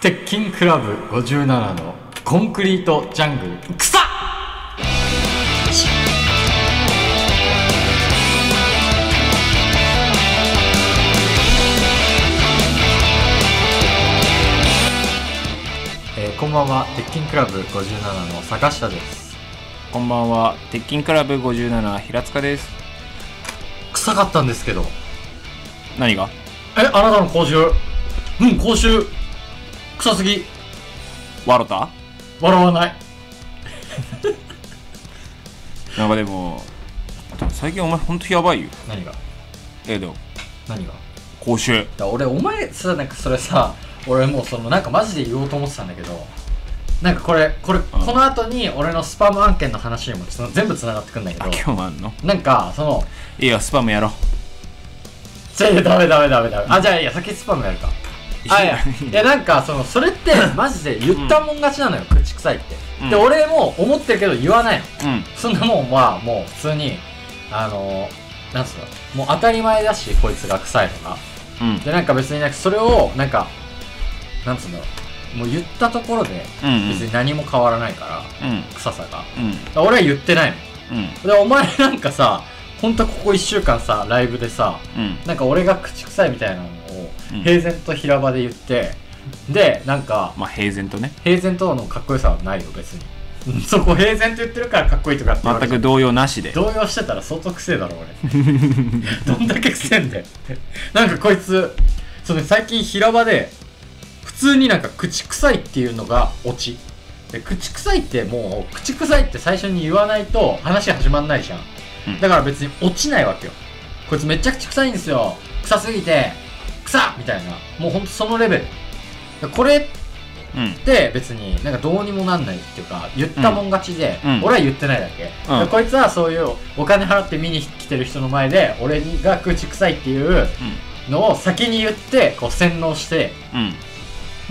鉄筋クラブ57のコンクリートジャングル草えーこんばんは鉄筋クラブ57の坂下ですこんばんは、鉄筋クラブ57平塚です。臭かったんですけど何が？えあなたの口臭うん口臭臭すぎワロタ？笑わないなんかでも、でも最近お前本当やばいよ。何がええでも何が講習。だ俺お前さなんかそれさ俺もうそのなんかマジで言おうと思ってたんだけどなんかこれこれ、この後に俺のスパム案件の話にもつな全部つながってくんだけあど今日もあんの？なんかそのいいよスパムやろう。じゃあダメダメダメダメあじゃあいや先スパムやるかあ いやいやなんかそのそれ ってマジで言ったもん勝ちなのよ、口臭いって、うんで俺も思ってるけど言わないのうんそんなもんはもう普通にあのなんつうのもう当たり前だしこいつが臭いのがうんでなんか別になんかそれをなんかなんつうんだろうもう言ったところでうん別に何も変わらないから、うん臭さがだかうんら俺は言ってないのうんでお前なんかさほんとここ1週間さライブでさうんなんか俺が口臭いみたいなのをうん平然と平場で言って、でなんかまあ平然とね。平然とのかっこよさはないよ別にうんそこ平然と言ってるからかっこいいとかって言われ全てく動揺なしで。動揺してたら相当くせえだろ俺 どんだけくせえんだよなんかこいつその最近平場で普通になんか口臭いっていうのがオチで口臭いってもう口臭いって最初に言わないと話始まんないじゃん、うんだから別に落ちないわけよこいつめっちゃ口臭いんですよ臭すぎて臭っみたいなもうほんとそのレベルでこれうんで別になんかどうにもなんないっていうか言ったもん勝ちで、うんうん俺は言ってないだけ、うんでこいつはそういうお金払って見に来てる人の前で俺が口臭いっていうのを先に言ってこう洗脳してうん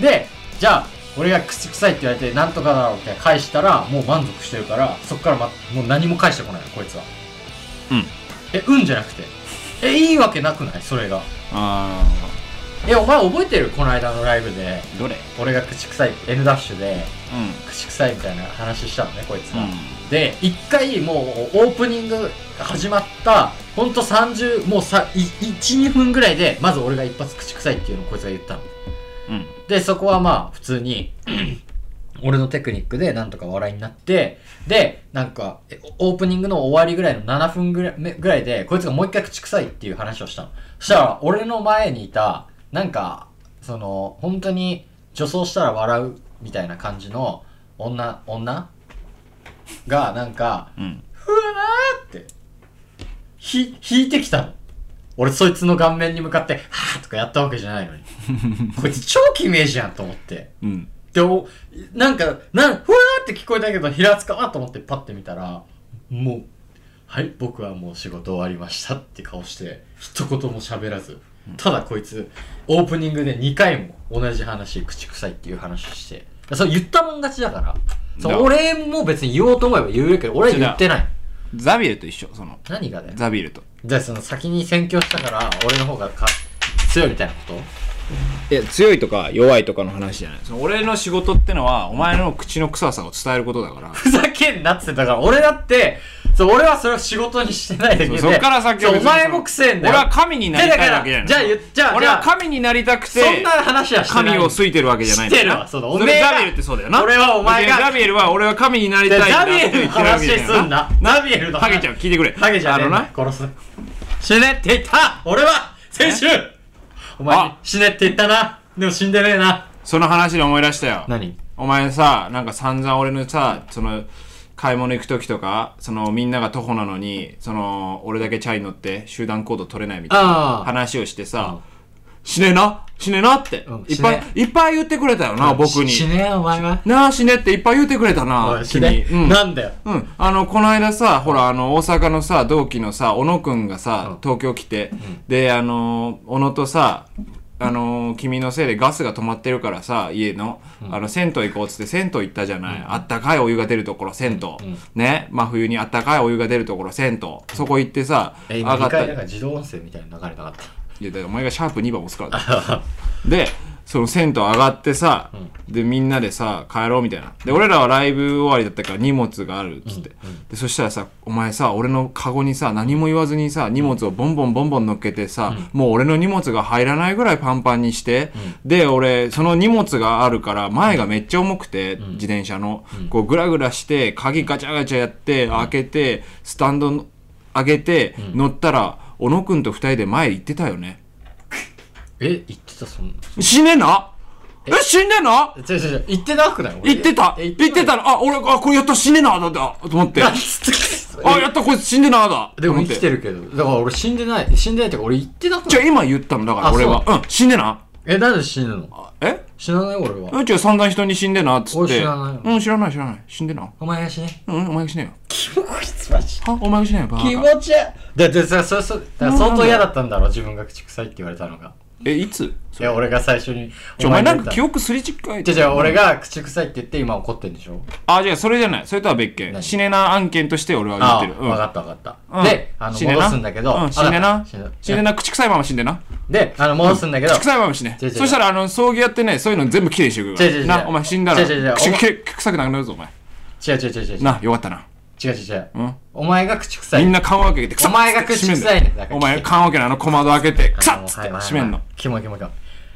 でじゃあ俺が口臭いって言われてなんとかだろうって返したらもう満足してるからそっから、ま、もう何も返してこないのこいつはうんえうんじゃなくてえいいわけなくないそれがあえお前覚えてるこの間のライブでーどれ？俺が口臭い N ダッシュでうん口臭いみたいな話したのねこいつうが、んで一回もうオープニング始まったほんと30もうさ12分ぐらいでまず俺が一発口臭いっていうのをこいつが言ったのうんでそこはまあ普通に俺のテクニックでなんとか笑いになってでなんかえオープニングの終わりぐらいの7分ぐらいめぐらいでこいつがもう一回口臭いっていう話をしたのそしたら俺の前にいたなんかその本当に女装したら笑うみたいな感じの女女がなんかうんふわーって、ひ、引いてきたの。俺そいつの顔面に向かって、はーとかやったわけじゃないのに。こいつ超キメージやんと思って。うんで、お、なんか、なん、ふわーって聞こえたけど、平塚はと思ってパッて見たら、もう、はい、僕はもう仕事終わりましたって顔して、一言も喋らず、ただこいつ、オープニングで2回も同じ話、口臭いっていう話して、それ言ったもん勝ちだから、そだう俺も別に言おうと思えば言えるけど、俺は言ってない。ザビエルと一緒その何がだよザビエルと。じゃあその先に宣教したから俺の方がか強いみたいなこいや強いとか弱いとかの話じゃないその俺の仕事ってのはお前の口の臭さを伝えることだ からとふざけんなっつってたから俺だってそう俺はそれを仕事にしてないだけでそうそっから先はそうお別にその前もくせえんだよ俺は神になりたいわけじゃでだかないらじゃあ言じゃあ俺はじゃあ神になりたくてそんな話はしてない神を好いてるわけじゃないんだよ知ってるなわそのれおめえがザビエルってそうだよな俺はお前が別にザビエルは俺は神になりたいんだザってビエル言のってるわけ話じゃすんないなザビエルのハ話ゲちゃん聞いてくれハゲちゃんねあのな殺す死ねって言った俺は先週お前あ死ねって言ったなでも死んでねえなその話で思い出したよ何お前さなんか散々俺のさその買い物行く時とかそのみんなが徒歩なのにその俺だけチャリ乗って集団行動取れないみたいあなあ話をしてうさん死ねえな死ねえなって、うんいっぱ死ねいいっぱい言ってくれたよな、僕にし死ねえよお前はなあ死ねっていっぱい言ってくれたおない死ね君うんなんだようん、あのこの間さほらあの大阪のさ同期のさ小野くんがさ、東京来て、であの小野とさあの君のせいでガスが止まってるからさ家の,、あの銭湯行こうっつって銭湯行ったじゃない、あったかいお湯が出るところ銭湯、ね真冬にあったかいお湯が出るところ銭湯そこ行ってさ、え、今2上がった回なんか自動音声みたいに流れなかった。いやだからお前がシャープ2番押すからだでその銭湯上がってさ、でみんなでさ帰ろうみたいなで俺らはライブ終わりだったから荷物があるっつって、でそしたらさお前さ俺のカゴにさ何も言わずにさ荷物をボンボンボンボン乗っけてさ、もう俺の荷物が入らないぐらいパンパンにして、で俺その荷物があるから前がめっちゃ重くて、自転車の、こうグラグラして鍵ガチャガチャやって開けてスタンドの上げて、乗ったら小野くんと二人で前行ってたよねえ、言ってた、そんな。死ねなえ死ねな違う違う違う、言ってなくない俺言ってたえ言ってたのあ、俺、あ、これやった死ねなだって、あと思って。 なあん、つってやったこいつ死んでなだでも生きてる。るけど。だから俺死んでない。死んでないってか俺言ってなくじなゃいあ今言ったの、だからあ俺は。うん、死んでなえ、なんで死ぬのあえ死なない俺は。うん、違う、散々人に死んでなっつっ俺て。知らないようん、知らない、知らない。死んでな。お前が死ね。うん、お前が死ねよ。キモいつまし。はお前が死ねよ、バ気カ。持ち悪い。だってさ、そ、そ、だから相当嫌だったんだろう、自分が口臭いって言われたのが。え、いついや、俺が最初に。ちょ、お前なん出かた記憶すり違えじてゃあじゃあ俺が口臭いって言って今怒ってんでしょあ、じゃあそれじゃない。それとは別件。何死ねな案件として俺はああ、言ってる。う分んかった分かった。うんで、あの、死ねな戻すんだけど。うん死ねなあ死ねな。死ねな、口臭いまま死んでな。で、あの、戻すんだけど。口臭いまま死ね。違う違うそしたら、あの、葬儀やってね、そういうの全部きれいにしてくれ違う違う違るうから。な、お前死んだら、違う違う違う口お前け臭くなくなるぞ、お前。違う違う違う違う。な、よかったな。違う違う違う。うんお前が口臭い。みんな缶を開けて、臭っお前が口臭いね閉めんだよだからお前、缶を開けて、あの小窓開けて、あくさもっうつっはていはいはい閉めんの。キモいキモいキモい。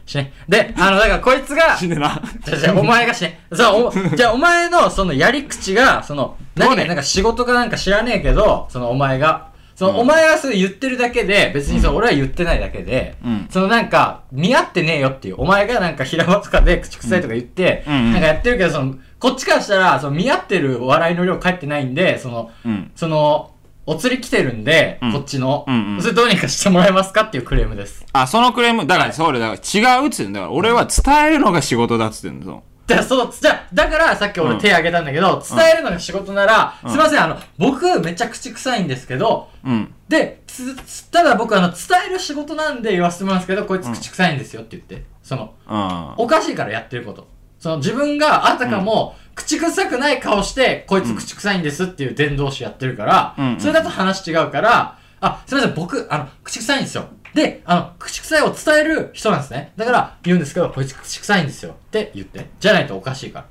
死ね。で、あの、だからこいつが、死んでな。 じゃあじゃあお前が死ね。そう、おじゃあお前のそのやり口が、その、どう何ねか、なんか仕事かなんか知らねえけど、そのお前が。その、うんお前はそれ言ってるだけで、別にその、俺は言ってないだけで、うんそのなんか、見合ってねえよっていう、お前がなんか平場とかで口臭いとか言って、うんうんなんかやってるけど、その、こっちからしたら、その見合ってる笑いの量返ってないんで、その、うん。その、お釣り来てるんで、うんこっちの、うんうんそれどうにかしてもらえますかっていうクレームです。あ、そのクレーム、だから、それ、だから、違うっつうんだから、俺は伝えるのが仕事だっつってんだぞ。じゃあ、そう、じゃあだからさっきう俺ん手挙げたんだけど、伝えるのが仕事なら、うんすいません、あの、僕めっちゃ口臭いんですけど、うん。で、つ、つただ僕あの、伝える仕事なんで言わせてもらうんですけど、こいつ口臭いんですよって言って、その、うん。おかしいからやってること。その自分があたかも、口臭くない顔して、こいつ口臭いんですっていう伝道師やってるから、うんうんそれだと話違うから、あ、すいません、僕、あの、口臭いんですよ。で、あの、口臭いを伝える人なんですね。だから、言うんですけど、こいつ口臭いんですよって言って。じゃないとおかしいから。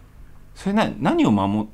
それな、何を守、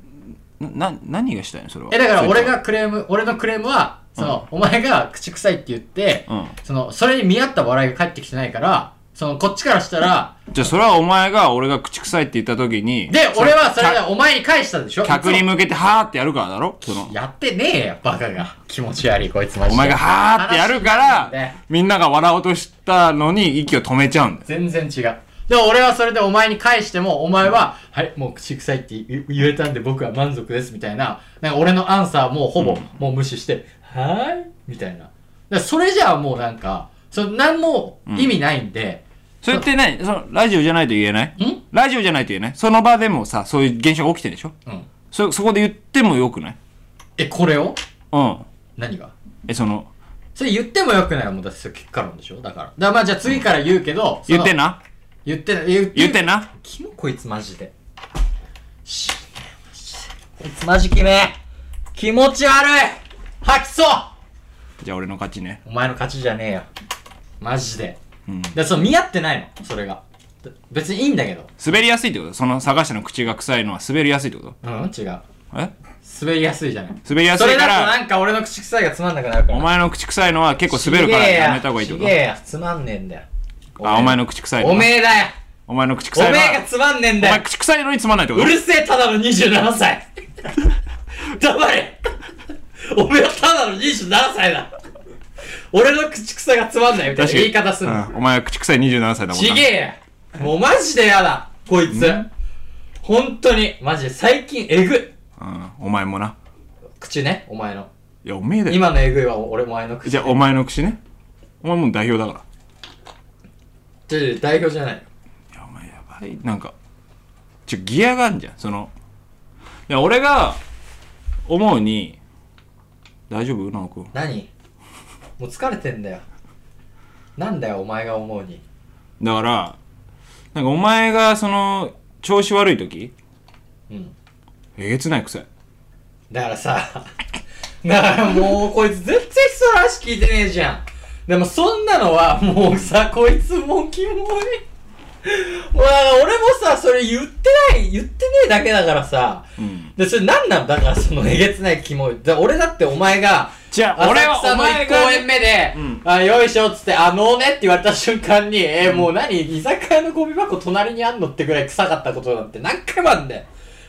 な、な何がしたいのそれは。え、だからそれ俺とは、がクレーム、俺のクレームは、その、お前が口臭いって言って、うんその、それに見合った笑いが返ってきてないから、その、こっちからしたら、じゃあ、それはお前が、俺が口臭いって言った時に、で、俺はそれ客でお前に返したでしょ客に向けて、はーってやるからだろその。やってねえよ、バカが。気持ち悪い、こいつマジで。お前がはーってやるか話してんだよらね、みんなが笑おうとしたのに息を止めちゃうんだよ。全然違う。でも俺はそれでお前に返しても、お前は、はい、もう口臭いって言言えたんで僕は満足です、みたいな。なんか俺のアンサーもうほぼ、もう無視して、はーいみたいな。だからそれじゃあもうなんか、それなんも意味ないんで、それってね、その、ラジオじゃないと言えないんラジオじゃないと言えないその場でもさ、そういう現象が起きてるでしょうん。そ、そこで言ってもよくないえ、これをうん。何がえ、その、それ言ってもよくないよ、もうだってそれ結果論でしょだから。だからまあじゃあ次から言うけど、そ言のってな言ってな、言っ言ってなキモこいつマジで。しこいつマジキメ気持ち悪い吐きそうじゃあ俺の勝ちね。お前の勝ちじゃねえよ。マジで。うん。で、そう見合ってないの、それが。で別にいいんだけど。滑りやすいってことその探したの口が臭いのは滑りやすいってこうとん、違う。え滑りやすいじゃない。滑りやすそいれかだとら、なんか俺の口臭いがつまんなくなるから。お前の口臭いのは結構滑るからやめた方がいいってちげこえや、つまんねえんだよ。とあ、お前の口臭いのは。おめえだよお前の口お臭いのめは。えがつまんねえんおだ前よ口臭いのにつまんないってこうとるせえただの27歳 黙れおめえはただの27歳だ俺の口臭がつまんないみたいな言い方すんのうんお前は口臭い27歳だもんなちげえやもうマジでやだこいつ本当にマジで最近えぐいうん、お前もな。口ねお前のいや、おめえだよ。今のえぐいは俺お前の口じゃあ、お前の口ね。お前もう代表だから。ちょちょ代表じゃないいや、お前やばい。なんか、ちょ、ギアがあんじゃん。その、いや、俺が、思うに、大丈夫なおくん。何もう疲れてんだよなんだよお前が思うにだから、なんかお前が、その、調子悪い時うんえげつない臭い。だからさ、 だからもうこいつ全然人の話聞いてねえじゃん。でもそんなのはもうさ、こいつもうキモい。もうなんか俺もさ、それ言ってない、言ってねえだけだからさ。うんで、それなんなんだから、そのえげつないキモい。だ俺だってお前が、じゃあ俺浅は草おの前1が公演目で、うんあ、よいしょっつって、あ、のねって言われた瞬間に、えもう何居酒屋のゴミ箱隣にあんのってぐらい臭かったことなんて何回もあんだよ。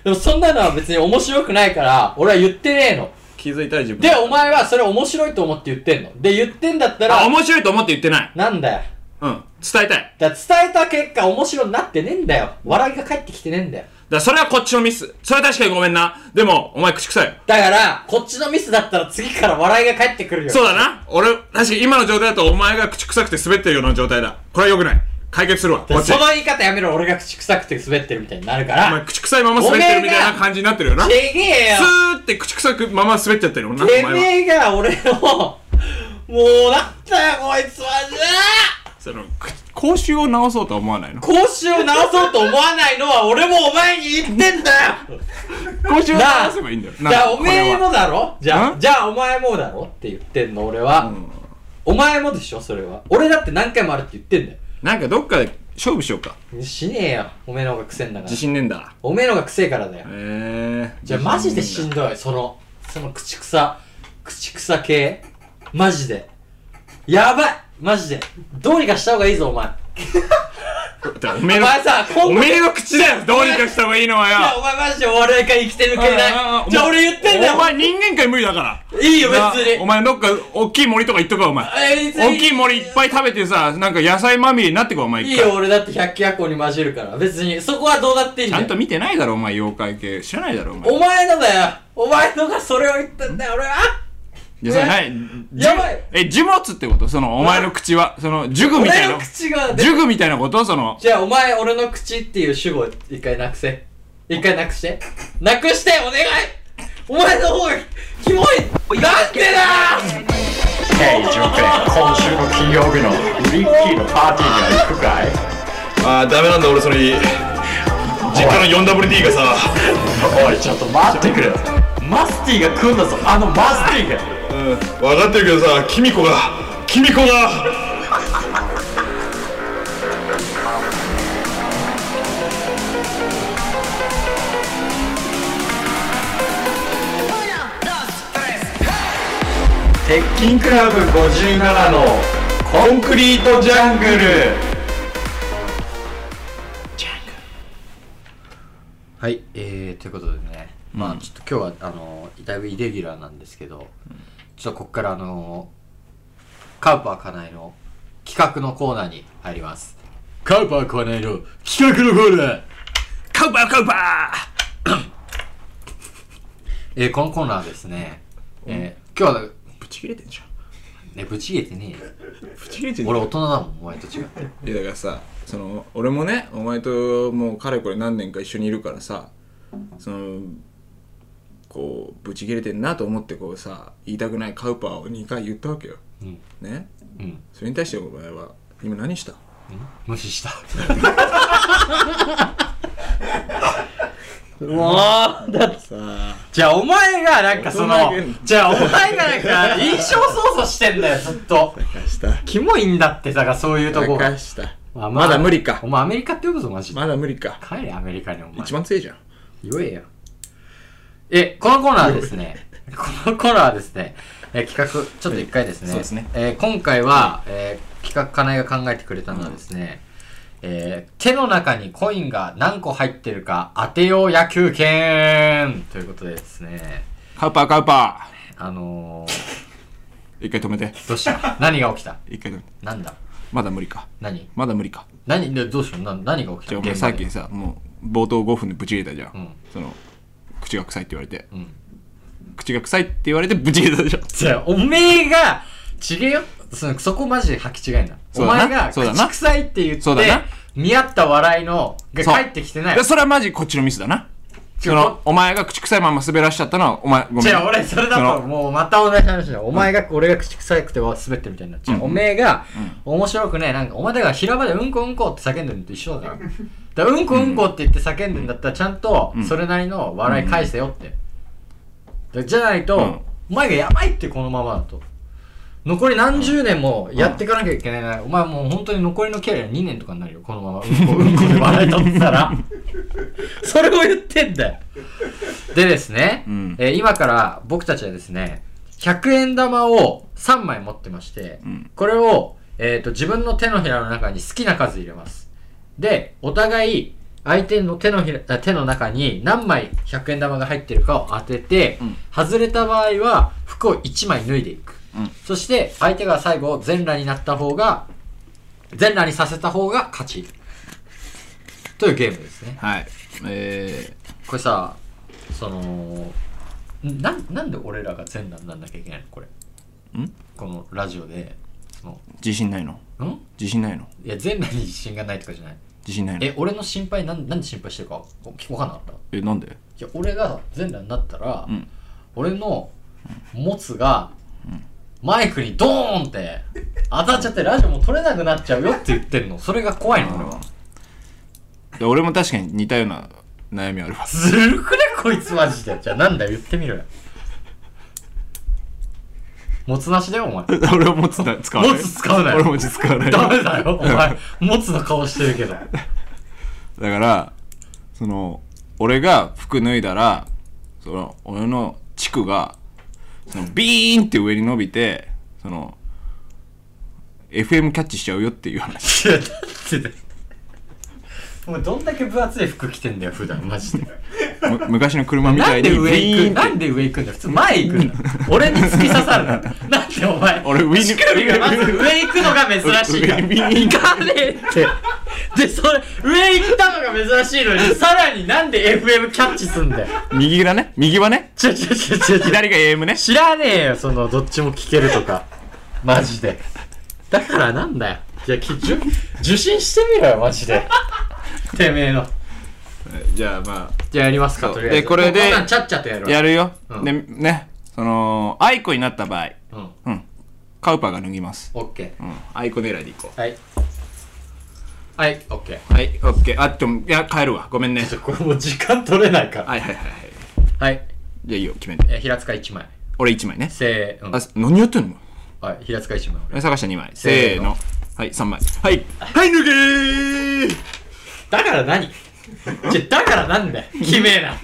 でもそんなのは別に面白くないから、俺は言ってねえの。気づいたら自分で、お前はそれ面白いと思って言ってんの。で、言ってんだったあら、面白いと思って言ってないなんだよ。うん伝えたいだだかから伝えた結果面白になってねえんだよ。笑いが返ってきてねえんだよ。らそれはこっちのミスそれは確かにごめんなでもお前口臭いよだから、こっちのミスだったら次から笑いが返ってくるよ。そうだな俺確かに今の状態だとお前が口臭くて滑ってるような状態だこれは良くない解決するわこだっちからその言い方やめろ、俺が口臭くて滑ってるみたいになるから。お前口臭いまま滑ってるみたいな感じになってるよちなスげえよーって口臭くまま滑っちゃってるよなお前てはめえが俺を、もうなんだよこいつはじゃあその口口臭を直そうとは思わないの口臭を直そうと思わないのは俺もお前に言ってんだよ口臭を直せばいいんだよじゃあおめえもこだろじゃあ、んじゃあお前もだろって言ってんの俺れは、はうんお前もでしょそれは。俺だって何回もあるって言ってんだなんかどっかで勝負しようかよ。しねえよ。おめえの方が癖んだから自。信ねえんだおめえの方が癖からだよへ。えじゃあマジでしんどいそのその口臭口臭系マジでやばいマジでどうにかした方がいいぞお前だおめえおの前さ今お後いめえの口だよどうにかした方がいいのはよやお前マジでお笑い界生きてるけないじゃあ俺言ってんだよお前人間界無理だからいいよ別なおに前どっか大きい森とか行っとくわお前え別に大きい森いっぱい食べてさなんか野菜まみれになってくわお前いい一回よ俺だって百鬼夜行に混じるから別にそこはどうだっていいんちゃだんよと見てないだろお前妖怪系知らないだろお前お前のだよお前のがそれを言ってんだよ俺はでそれ何じゅやばいえ樹物ってことそのお前の口はその樹具みた俺いのな口が樹具みたいなことそのじゃあお前俺の口っていう主語一回なくせ一回なくしてなくしてお願いお前の方がキモいなんでだケイジュンペイ今週の金曜日のウリッキーのパーティーには行くかいあーダメなんだ俺それ実家の 4WD がさおいちょっと待ってくれマスティが来んだぞあのマスティがうん分かってるけどさキミコがキミコが鉄筋クラブ57のコンクリートジャングルはい、えー、ということでね、まあちょっと今日はあのだいぶイレギュラーなんですけど、ちょっとここからあのカウパーカナエの企画のコーナーに入りますカウパーカナエの企画のコーナーカウパーカウパえー、このコーナーですね、えー、今日はーぶち切れてんじゃんねぶち切れてねえよぶち切れてんじゃん俺大人だもんお前と違っていやだからさその俺もねお前ともうかれこれ何年か一緒にいるからさそのこうブチ切れてんなと思ってこうさ言いたくないカウパーを2回言ったわけよ、うんねうんそれに対してお前は今何した無視したもうだってさあじゃあお前がなんかその大人げんじゃあお前がなんか印象操作してんだよずっと返したキモいんだってだからそういうとこが返したまあまだ無理かお前アメリカって呼ぶぞマジでまだ無理か帰れアメリカにお前一番強いじゃん言えよえこのコーナーはですねこのコーナーはですね、えー企画ちょっと一回ですね,、そうですねえー今回は、えー企画かなえが考えてくれたのはですね、えー手の中にコインが何個入ってるか当てよう野球券ということでですねカウパーカウパあのー、ー一回止めてどうした何が起きた一回止めてなんだまだ無理か何まだ無理か何でどうしたのな何が起きじたゃあお現場前でさっきさもう冒頭5分でブチ切れたじゃん、うんその口が臭いって言われて、ん口が臭いって言われてブチ切れたでしょじゃあおめえが、ちげえよ。そのそこマジで履き違いな。おそうだな前が、そうだな口臭いって言そうっだてな、見合った笑いの、がそう返ってきてないで。それはマジこっちのミスだな違うそのお前が口臭いまま滑らしちゃったのはお前ごめんじゃあ俺、それそだと、のもうまた同じ話だ。お前が、俺が口臭くて滑ってるみたいになっちゃう。おめえが、面白くねえ、なんか、お前だから平場でうんこうんこって叫んでるのと一緒だから。だからうんこうんこって言って叫んでんだったら、ちゃんと、それなりの笑い返せよって。だからじゃないと、うんお前がやばいってこのままだと。残り何十年もやっていかなきゃいけないな、お前もう本当に残りのキャリア2年とかになるよこのままうんこうんこで笑い取ってたら それを言ってんだよでですね、うんえー今から僕たちはですね100円玉を3枚持ってまして、うんこれを、えー、と自分の手のひらの中に好きな数入れますでお互い相手の手のひらあ手の中に何枚100円玉が入ってるかを当てて、うん外れた場合は服を1枚脱いでいく、うんそして相手が最後全裸になった方が全裸にさせた方が勝ちというゲームですねはい。えこれさそのななんで俺らが全裸になんなきゃいけないのこれー、んこのラジオでその自信ないのん自信ないのいや全裸に自信がないとかじゃない自信ないのえ俺の心配なんなんで心配してるかお聞こかんなかったいえ、なんでや俺が全裸になったら、うん俺の持つが、マイクにドーンって当たっちゃってラジオも撮れなくなっちゃうよって言ってるのそれが怖いの俺はで俺も確かに似たような悩みあるわ。ずるくねこいつマジでじゃあなんだよ言ってみろよ持つなしだよお前 俺は持つな、使わない。持つ使うなよ俺持ち使わない。ダメだよお前持つの顔してるけどだからその俺が服脱いだらその俺の地区がそのビーンって上に伸びてその FM キャッチしちゃうよっていう話 いやだってねお前どんだけ分厚い服着てんだよ普段マジでむ昔の車みたないんにでビ上行くーンっなてんで上行くんだよ普通前行くんだよ俺に突き刺さるななんでお前俺上に乳首がまず上行くのが珍しいから上に上に行かねえってでそれ上行ったのが珍しいのにさらになんで FM キャッチすんだよ右だね右はねちょちょちょちょちょ左が AM ね知らねえよそのどっちも聞けるとかマジでだからなんだよいやき受受信してみろよマジでてめえのじゃあまじゃあやりますかそうとりあえずでこれもでうこんなんちゃっちゃとやる あやるよ、うんでねそのアイコになった場合うんうんカウパーが脱ぎます、オッケうん、アイコ狙いでいこーはいはいオッケーうはいオッケーあっといや帰るわごめんねちょっとこれもう時間取れないからはいはいはいはいはいじゃあいいよ決めてえー平塚1枚俺1枚ねせーうんあ何やってんのはい平塚1枚俺え探した2枚せーのはい3枚はいはい抜けーだから何 じゃだからなんだよきめえな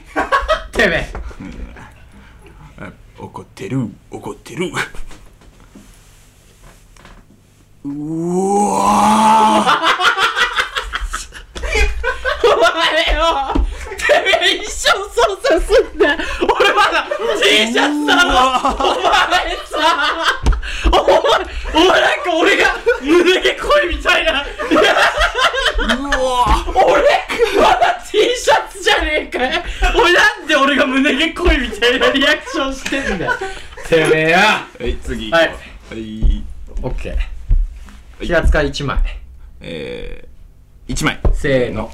てめえあ怒ってる怒ってるうわお前よてめえ一生操作すんだよ俺まだ T シャツだろお前さお前お前なんか俺が胸毛濃いみたいなーうわー俺まだ T シャツじゃねえかよおいなんで俺が胸毛濃いみたいなリアクションしてんだよてめえよはい次はいはいオッケー平塚1枚えー1枚せーの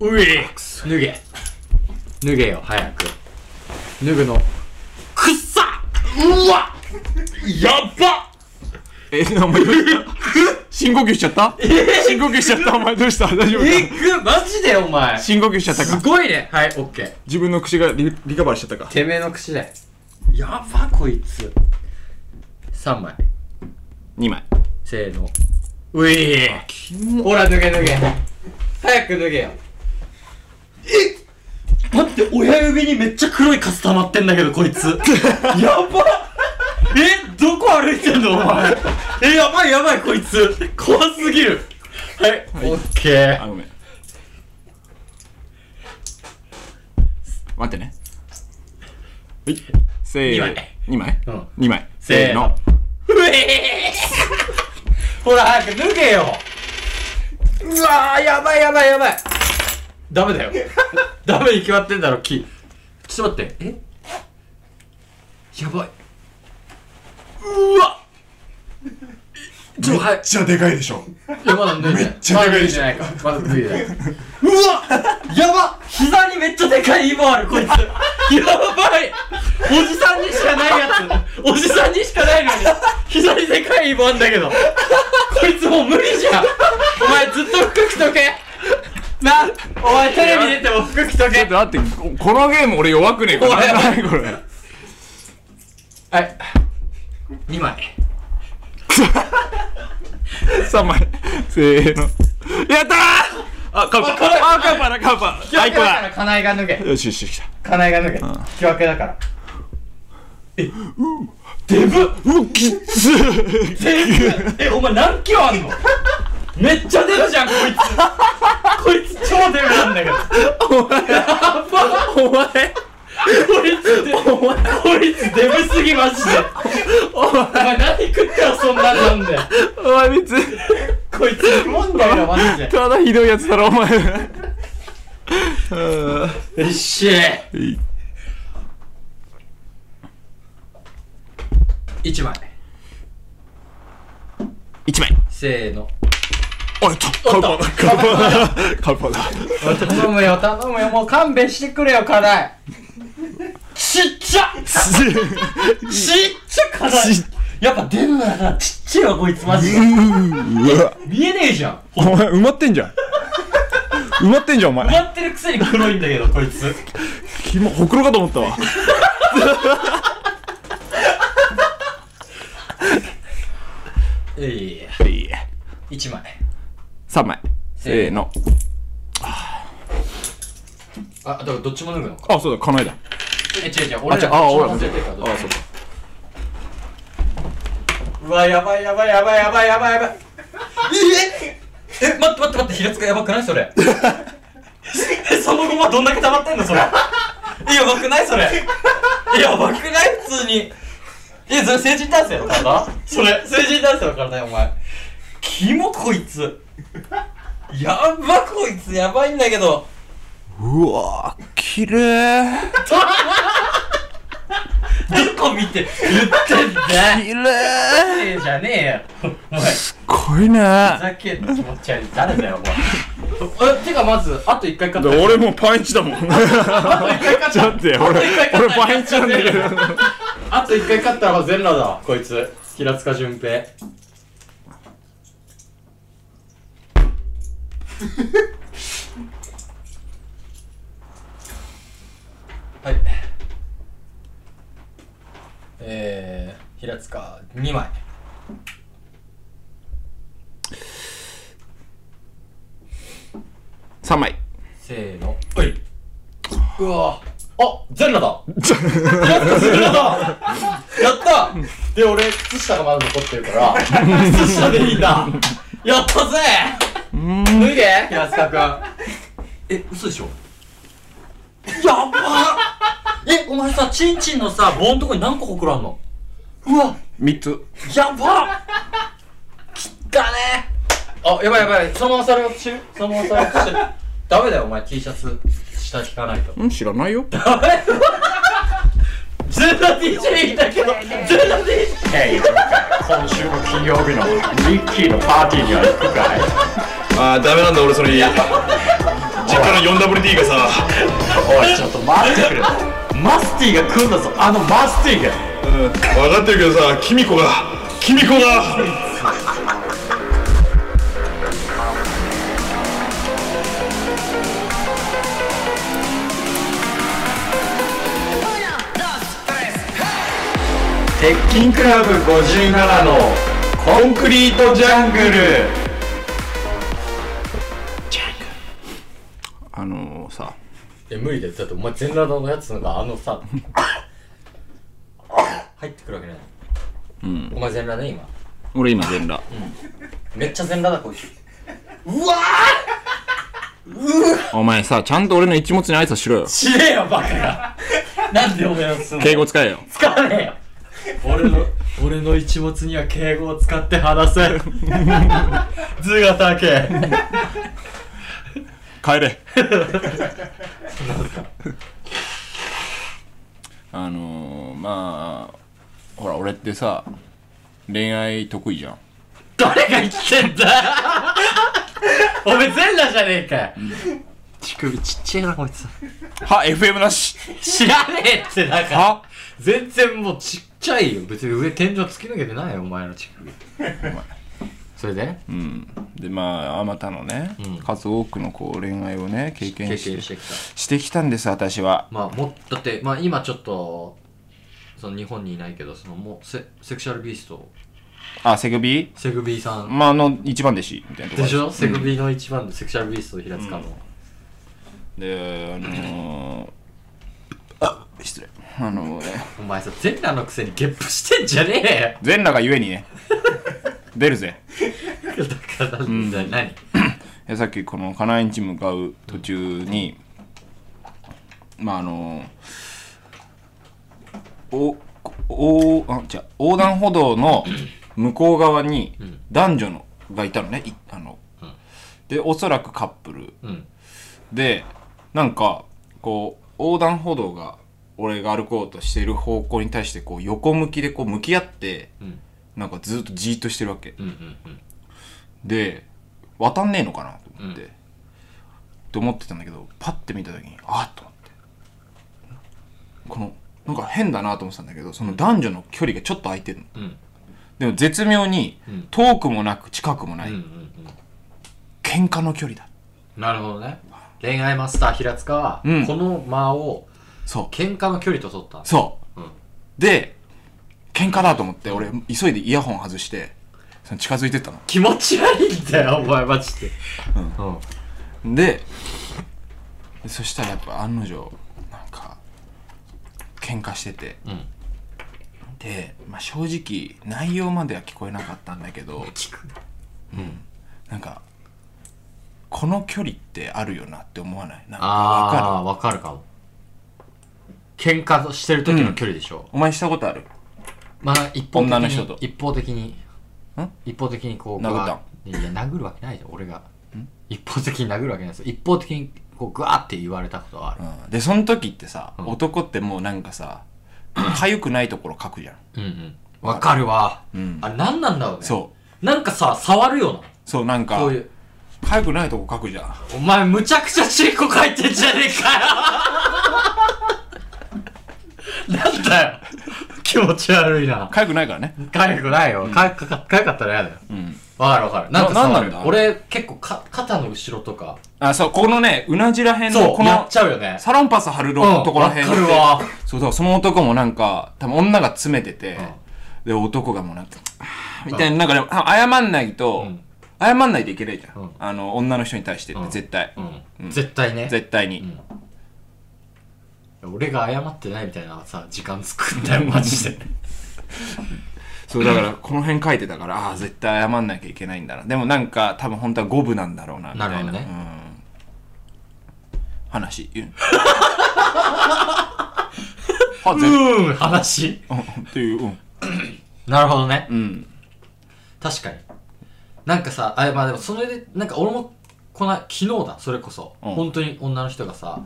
うえ脱げ脱げよ早く脱ぐのくっさうわやばえお前どうした深呼吸しちゃった深呼吸しちゃったお前どうした大丈夫えかぐマジでお前す深呼吸しちゃったかごいねはいオッケー自分の口がリリカバーしちゃったかてめえの口だよやばこいつ3枚2枚せーのうえキモほら脱げ脱げ早く脱げよ待って親指にめっちゃ黒いカス溜まってんだけどこいつ やばえどこ歩いてんのお前えやばいやばいこいつ怖すぎるはい、オッケーあごめん待ってねはいせー二枚2枚うん2枚せーのうえー ほら早く脱げようわーやばいやばいやばいダメだよダメに決まってんだろ木ちょっと待ってえやばいうわちょはいじゃあでかいでしょいやまだ脱いでないめっちゃでかいでしょじゃないかまだ脱いでないうわやば膝にめっちゃでかいイボある こいつやばいおじさんにしかないやつおじさんにしかないのに膝にでかいイボあんだけどこいつもう無理じゃんお前ずっと服着とけなお前テレビ出ても服着とちょっけと待ってここのゲーム俺弱くねえかおい ら何これはい2枚3枚せーのやったーあカンパあカンパだカンパ引き分最けだか高らだ金井が脱げよしよしよし来金井が脱げ引き分けだからえデブたうっきっつデブえお前何キロあんの めっちゃデブじゃんこいつ こいつ超デブなんだけどお前こいつデブこいつデブすぎマジでお前何食ったらそんなになんだよお前別にこいつ食もんだよマジでただひどいやつだろお前うっしー1枚1枚せーのおっとカンパだカンパだカンパだ頼むよ頼むよもう勘弁してくれよ課題ちっちゃちっちゃ課題ちっやっぱデブだなちっちゃいわこいつマジでうわ見えねえじゃんお前埋まってんじゃん埋まってんじゃんお前埋まってるくせに黒いんだ けどこいつキモほくろかと思ったわいやいやいや1枚3枚せーのあだからどっちも脱ぐのかあそうだ叶えだえ違う違うあ俺違うらあど俺っちらも忘あれてるからどっちもそうだうわやばいやばいやばいやばいやばいやばいええ待って待って待って平塚やばくないそ れえその後はどんだけ溜まってんのそれえやばくないそれえやばくない普通にえそれ成人男性の体それ成人男性の体よお前キモこいつやばこいつやばいんだけどうわー綺麗どこ見て言ってんだ綺麗えじゃねえよお前濃いねふざけんな気持ち悪い誰だよお前えてかまずあと一回勝った俺もうパンイチだもん ちょっと待って俺俺パンイチなんだけどあと一回勝ったらもう全裸だわこいつ平塚淳平はいえー、平塚2枚3枚せーのおいうわあ全裸だやった全裸だやったで俺靴下がまだ残ってる から靴下でいいんだやったぜ脱いで安田君え嘘でしょやばえお前さチンチンのさ棒のとこに何個ほくろあんのうわ3つやばきったねあ、やばいやばい、そのままされようとしてるそのままされようとしてるダメだよ、お前 T シャツ、下着かないとうん知らないよ全裸 T シャツいたけど、全裸 T シャツ今週の金曜日のミッキーのパーティーには行くかいああダメなんだ俺それ実家の 4WD がさおい、ちょっと待ってくれマスティが来んだぞ、あのマスティが分かってるけどさキミコがキミコが鉄筋クラブ57のコンクリートジャングルあのー、さえ、無理だよ、だってお前全裸のやつなんかあのさ入ってくるわけないうんお前全裸ね、今俺今全裸めっちゃ全裸だこいつお前さちゃんと俺の一物に挨拶しろよ知れよバカがなんでお前をすんの敬語使えよ使わねえよ俺の俺の一物には敬語を使って話 せ図が高え帰れ あのー、まあほら俺ってさ恋愛得意じゃん誰が言ってんだ お前全裸じゃねえかよ乳首ちっちゃいなこいつは FM なし知らねえってだからは全然もうちっちゃいよ別に上天井突き抜けてないよお前の乳 首それでうんでまああまたのね、ん数多くのこう恋愛をね経経験験ししててきたしてきたんです私はまあもだってまあ今ちょっとその日本にいないけどそのもうセセクシャルビーストあ、セグビセグビーさーん。まあ、あの、一番弟子みたいなとこでしうょんセグビーの一番のセクシャルビーストの平塚の。で、あのーあ、失礼。あのーね、お前さ、全裸のくせにゲップしてんじゃねえよ全裸がゆえにね、出るぜ。だから、何いやさっきこのカナエンチ向かう途中にまああのおおあじゃ横断歩道の向こう側に男女のがいたのねいあの、でおそらくカップルうん。でなんかこう横断歩道が俺が歩こうとしてる方向に対してこう横向きでこう向き合ってうん。なんかずっとじーっとしてるわけうんうんうん。で渡んねえのかなと思って、うと思ってたんだけどパッて見た時にあっと思ってこのなんか変だなと思ってたんだけどその男女の距離がちょっと空いてるのうん。でも絶妙にうん遠くもなく近くもなうい、んうん喧嘩の距離だうん。なるほどね。恋愛マスター平塚は、うんこの間をそう喧嘩の距離と取った。そう、うんで喧嘩だと思って俺急いでイヤホン外してその近づいてったの気持ち悪いんだよ、お前マジで。うん。でそしたらやっぱ案の定なんか喧嘩してて、うんで、まあ、正直内容までは聞こえなかったんだけど聞く。なんかこの距離ってあるよなって思わないなんかわかあー、わかるかも。喧嘩してる時の距離でしょ。るお前したことあるまあ、一方的に。女の人と一方的に。ん一方的にこう、殴ったたいや、殴るわけないじゃん、俺が。一方的に殴るわけないですよ。一方的に、こう、グワーって言われたことはある。うんでその時ってさ、男ってもうなんかさ痒くないところ書くじゃんうんうん。わかるわ。んあれ、なんなんだろうね。。そうなんかさ、触るようそうなんな。かこういう。痒くないとこ書くじゃんお前、むちゃくちゃチンコ書いてんじゃねえかよ なんだよ。気持ち悪いな。痒くないからねかゆくないよ。かゆかかかゆかったら嫌だよ。うんわかるわかる。なんかな触るなんなんだ俺、結構か、肩の後ろとか。あそうこのねうなじらへんそのう、こやのっちゃうよね。サロンパス貼るとうんこらへんわかるわ。そうだからその男もなんか多分女が詰めてて、んで男がもうなんかあーみたいななんか、ね、あ謝んないと、ん謝んないといけないじゃん、うんあの女の人に対してって、うん絶対、うん。絶対ね。絶対に、俺が謝ってないみたいなさ、時間作ったよ、マジで。そうだからこの辺書いてたからああー絶対謝んなきゃいけないんだなでもなんか多分本当は五分なんだろうなみたいななるほどねうん話言 うはうぜ、ーん、話。うん、っていううんなるほどね。うん確かに。なんかさ、あ、まあでもそれで、なんか俺も、こな、昨日だ、それこそ。うん本当に女の人がさ、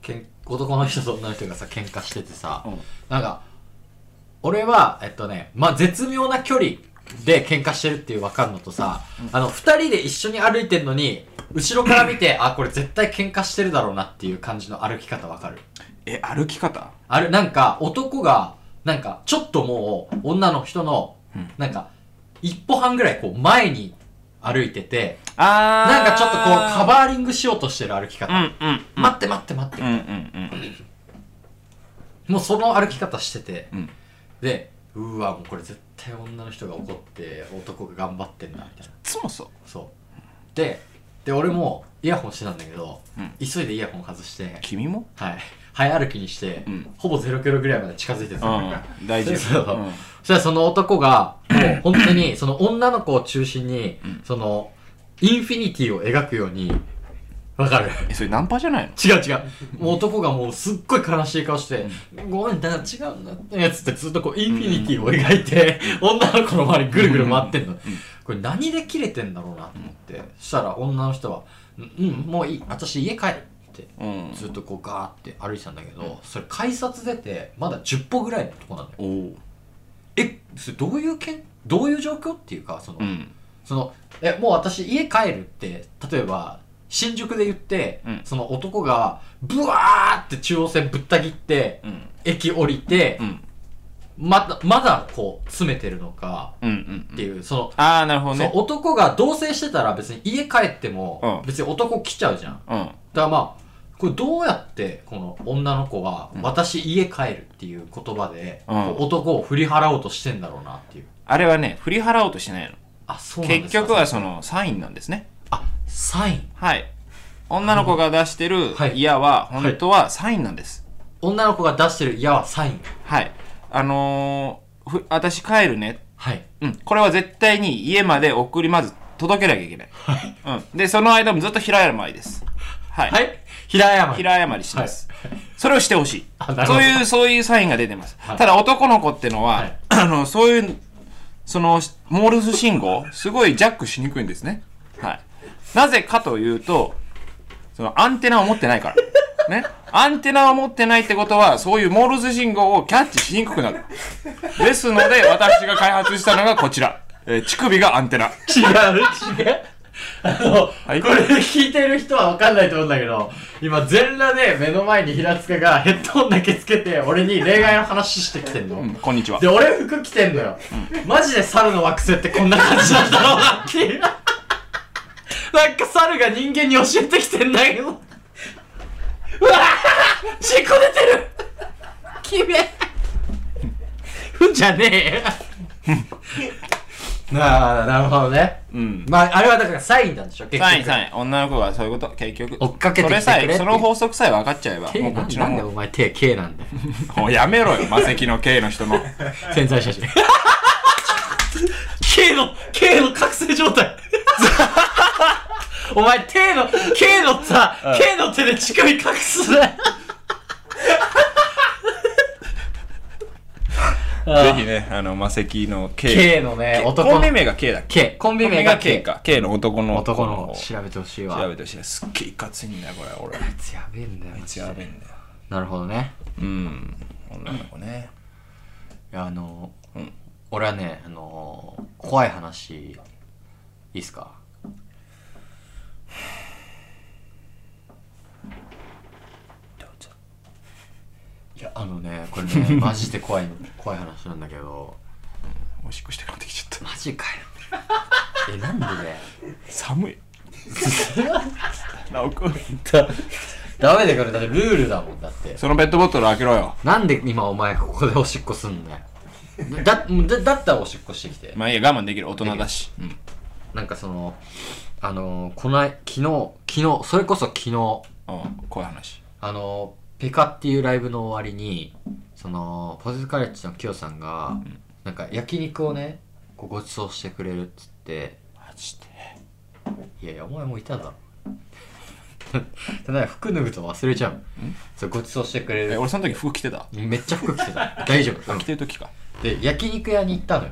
けん男の人と女の人がさ、喧嘩しててさ、うんなんか、俺は、えっとね、まあ絶妙な距離で喧嘩してるっていうわかるのとさ、あの、二人で一緒に歩いてんのに、後ろから見て、あ、これ絶対喧嘩してるだろうなっていう感じの歩き方わかる。え歩き方あれ、なんか、男が、なんか、ちょっともう、女の人の、なんか、一歩半ぐらい、こう、前に歩いてて、あなんかちょっとこう、カバーリングしようとしてる歩き方。うんうん待って待って待って、うんうんうんもうその歩き方してて、うんで、うわ、もうこれ絶対女の人が怒って、男が頑張ってんな、みたいな。いつもそうそう。で、で、俺も、イヤホンしてたんだけど、うん急いでイヤホン外して、君もはい。早歩きにして、うんほぼ0キロぐらいまで近づいてたのうん大事よそううんそしたらその男が、もう本当に、その女の子を中心に、その、インフィニティを描くように、わかる えそれナンパじゃないの違う違う。もう男がもうすっごい悲しい顔して、ごめん、だから違うんだってやつってずっとこう、インフィニティを描いて、女の子の周りぐるぐる回ってんの。これ何で切れてんだろうなと思って、そしたら女の人は、うん、うんもういい、私家帰るって。うんずっとこうガーって歩いてたんだけど、それ改札出てまだ10歩ぐらいのとこなのよおおえそれどういうけんどういう状況っていうかその,、うんそのえもう私家帰るって例えば新宿で言って、うんその男がブワーって中央線ぶった切って、うん駅降りて、うんまだまだこう詰めてるのかうんうんっていう、そのああなるほどそうね男が同棲してたら別に家帰っても、うん別に男来ちゃうじゃんだうんからまあこれどうやってこの女の子は「私家帰る」っていう言葉でうんこう男を振り払おうとしてんだろうなっていうあれはね、振り払おうとしてないの。あそうなんで結すか局はそのサインなんですね。あサインはい。女の子が出してるはい矢は、本当はサインなんです。女の子が出してる「矢はサインはい。あのー、ふ私帰るね。はいうん。これは絶対に家まで送り、まず届けなきゃいけない。うん。で、その間もずっと平山です。はい。はい平山平謝りします、それをしてほしいあなるほそどういうそういうサインが出てます、いただ男の子ってのは、はいあのそういうそのモールス信号すごいジャックしにくいんですねはいなぜかというとそのアンテナを持ってないからねアンテナを持ってないってことはそういうモールス信号をキャッチしにくくなるですので私が開発したのがこちら、えー乳首がアンテナ違う違うあの、いこれ聞いてる人は分かんないと思うんだけど今全裸で目の前に平塚がヘッドホンだけつけて俺に恋愛の話してきてんの、うんこんにちはで俺服着てんのよ、マジで猿の惑星ってこんな感じなんだろうなっていうなんか猿が人間に教えてきてんだけどうわー血こ出てるきめふんじゃねえよなあなるほどねうんまああれはだからサインなんでしょ結局サインサイン女の子がそういうこと結局追っかけてきてくれそってれさえその法則さえ分かっちゃえばもうこっちのなんでもお前手 K なんだよんもうやめろよ魔石の K の人 の潜在写 真 K の K の覚醒状態 お前手の K のさ、K の手で乳首隠す ねぜひねあの魔石の K K のねコ男ンのビ名が K だっけ K コンビ名が K か K の男の男の子調べてほしいわ調べてほしいすっげえいかついんだよこれ俺あいつやべえんだよマジでやべえんだよなるほどねうん女の子ねいやあのーうん俺はねあのー怖い話いいっすかいやあのねこれ ねマジで怖い怖い話なんだけどおしっこして帰ってきちゃったマジかよ えなんでだよ寒 い直くんダメだよこれだってルールだもんだってそのペットボトル開けろよなんで今お前ここでおしっこすん だよだだだったらおしっこしてきてまあいいや我慢できる大人だしうんなんかそのあのーこの昨日昨日それこそ昨日うん怖い話あのペカっていうライブの終わりにそのポテトカレッジのキヨさんが、なんか焼肉をねこうご馳走してくれるっつってマジでいやいやお前もういただろただ服脱ぐと忘れちゃうそうご馳走してくれえる俺その時服着てためっちゃ服着てた大丈夫、うん着てる時かで焼肉屋に行ったのよ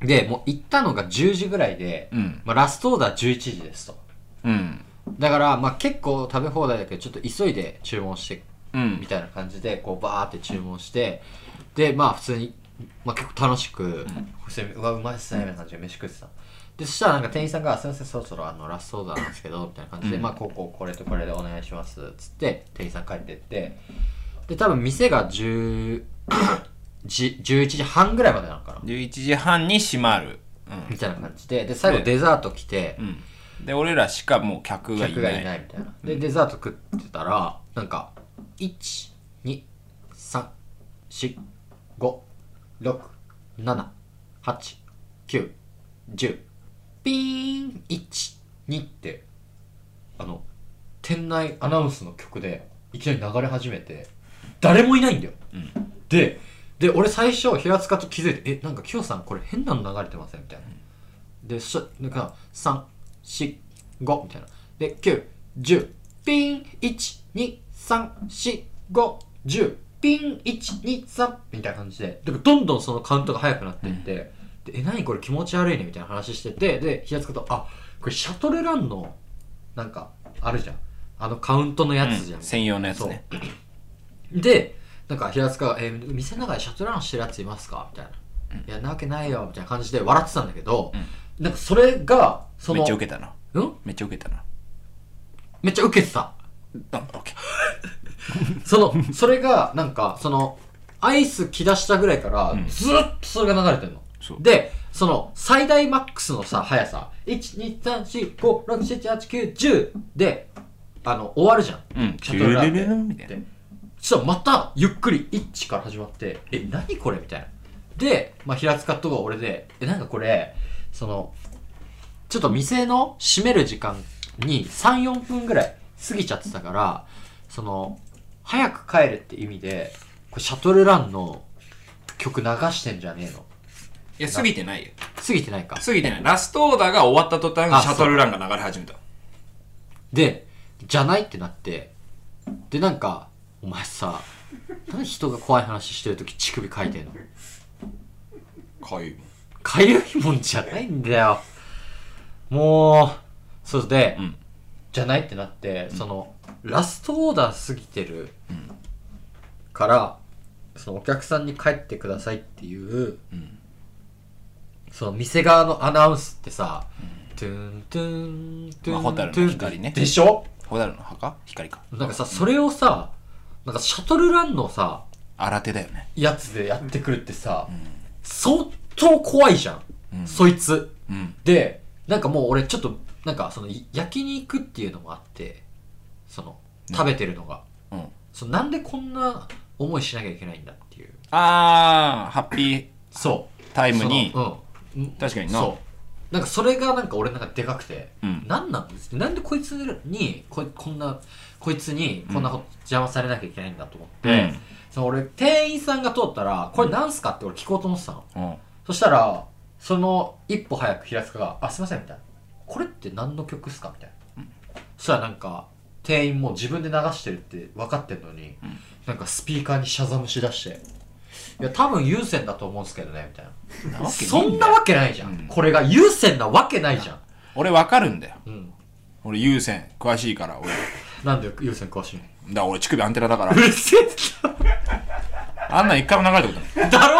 でもう行ったのが10時ぐらいで、うんまあ、ラストオーダー11時ですとうんだから、まあ、結構食べ放題だけどちょっと急いで注文してうんみたいな感じでこうバーって注文してでまあ普通に、まあ、結構楽しく「普通にうわうまいっすね」みたいな感じで飯食ってたでそしたらなんか店員さんが「すいませんそろそろあのラストオーダーなんですけど」みたいな感じで「まあこうこうこれとこれでお願いします」っつって店員さん帰ってってで多分店が10 じ11時半ぐらいまでなのかな11時半に閉まる、うみたいな感じでで最後ねデザート来て、んうん、で俺らしかもう客がいな客いがいないみたいなでデザート食ってたらなんか12345678910ピーン12ってあの店内アナウンスの曲でいきなり流れ始めて誰もいないんだよ、でで俺最初平塚と気づいて「えなんかキヨさんこれ変なの流れてません」みたいな、でそなんか345みたいなで910ピン1234510ピン123みたいな感じでだからどんどんそのカウントが速くなっていって、でえ何これ気持ち悪いねみたいな話しててで平塚と「あこれシャトルランのなんかあるじゃんあのカウントのやつじゃん」うん専用のやつねでなんか平塚が、えー店の中でシャトルランしてるやついますか?」みたいな「いやなわけないよ」みたいな感じで笑ってたんだけど、なんかそれがそのめっちゃウケたなうんめっちゃウケたなめっちゃ受けてたあオッケーそのそれがなんかそのアイス着出したぐらいからずっとそれが流れてるの、そうでその最大マックスのさ速さ12345678910であの終わるじゃんうん。シャトルランってルルルルンみたいなでそしたらまたゆっくり一致から始まって「え何これ?」みたいなで、まあ、平塚とか俺で「えなんかこれそのちょっと店の閉める時間に34分ぐらい過ぎちゃってたからその早く帰れって意味でこれシャトルランの曲流してんじゃねえのいや、過ぎてないよ。過ぎてないか過ぎてない。ラストオーダーが終わった途端にあシャトルランが流れ始めた。でじゃないってなってでなんかお前さ何人が怖い話してる時乳首かいてんのかゆいもん。かゆいもんじゃないんだよもうそうで、うんじゃないってなって、そのラストオーダー過ぎてるから、そのお客さんに帰ってくださいっていう、んその店側のアナウンスってさ、トゥーントゥーントゥーまあンホタルの光ねでしょホダルの墓光か。なんかさそれをさなんかシャトルランのさ新手だよね。やつでやってくるってさ、相当怖いじゃん、そいつうん。でなんかもう俺ちょっとなんかそのい焼肉っていうのもあってその食べてるのが、うん。そのなんでこんな思いしなきゃいけないんだっていうあー、ハッピーそうタイムにそ、のうん確かにな。そうなんかそれがなんか俺なんかでかくて、うんなんなんですなんでこいつにここんなこいつにこんなこと邪魔されなきゃいけないんだと思って、うんその俺店員さんが通ったら「これなんすか?」って俺聞こうと思ってたのうん。そしたらその一歩早く平塚が「あすいません」みたいな「これって何の曲っすか?」みたいなそしたらなんか店員も自分で流してるって分かってんのに、なんかスピーカーにシャザムしだして「いや多分優先だと思うんですけどね」みたいななわけねそんなわけないじゃん、これが優先なわけないじゃん、俺わかるんだよ。うん、俺優先、詳しいから、俺。だかなんで優先詳しいのら俺乳首アンテナだからう。るせえあんなん一回も流れたことない。だろ、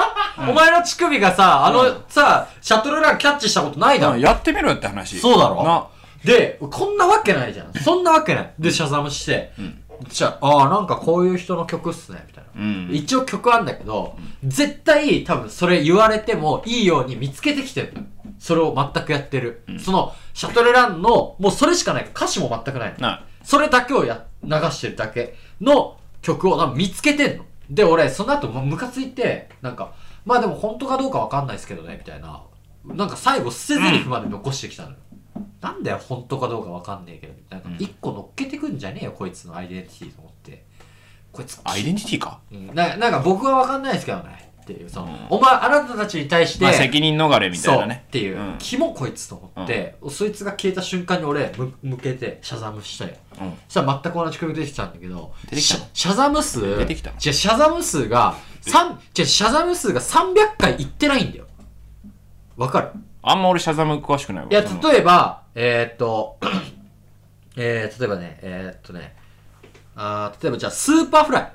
お前の乳首がさあの、さシャトルランキャッチしたこと ないだろ、やってみろよって話。そうだろな。で、こんなわけないじゃん。そんなわけない。で、シャザムして、じゃあ、ああ、なんかこういう人の曲っすね、みたいな。うん一応曲あんだけど、絶対多分それ言われてもいいように見つけてきてるのそれを全くやってる。その、シャトルランの、もうそれしかない。歌詞も全くないの。な。それだけをや流してるだけの曲をなんか見つけてんの。で、俺、その後、まムカついて、なんか、まあでも本当かどうかわかんないですけどね、みたいな。なんか最後、捨て台詞まで残してきたのよ。なんだよ、本当かどうかわかんねえけど、みたいな。一個乗っけてくんじゃねえよ、こいつのアイデンティティと思って。こいつ、アイデンティティか。うんななんか僕はわかんないですけどね、っていう。その、お前、あなたたちに対して、まあ責任逃れみたいなねそう。っていう、んキモこいつと思って、そいつが消えた瞬間に俺む向けてシャザムしたよ、うんそしたら全く同じ曲出てきたんだけど出てきたシャシャザム数出てきたじゃシャザム数が三じゃシャザム数が300回いってないんだよわかるあんま俺シャザム詳しくないわ。いやその例えばえーっとえー、例えばねえーっとねあー例えばじゃあスーパーフライ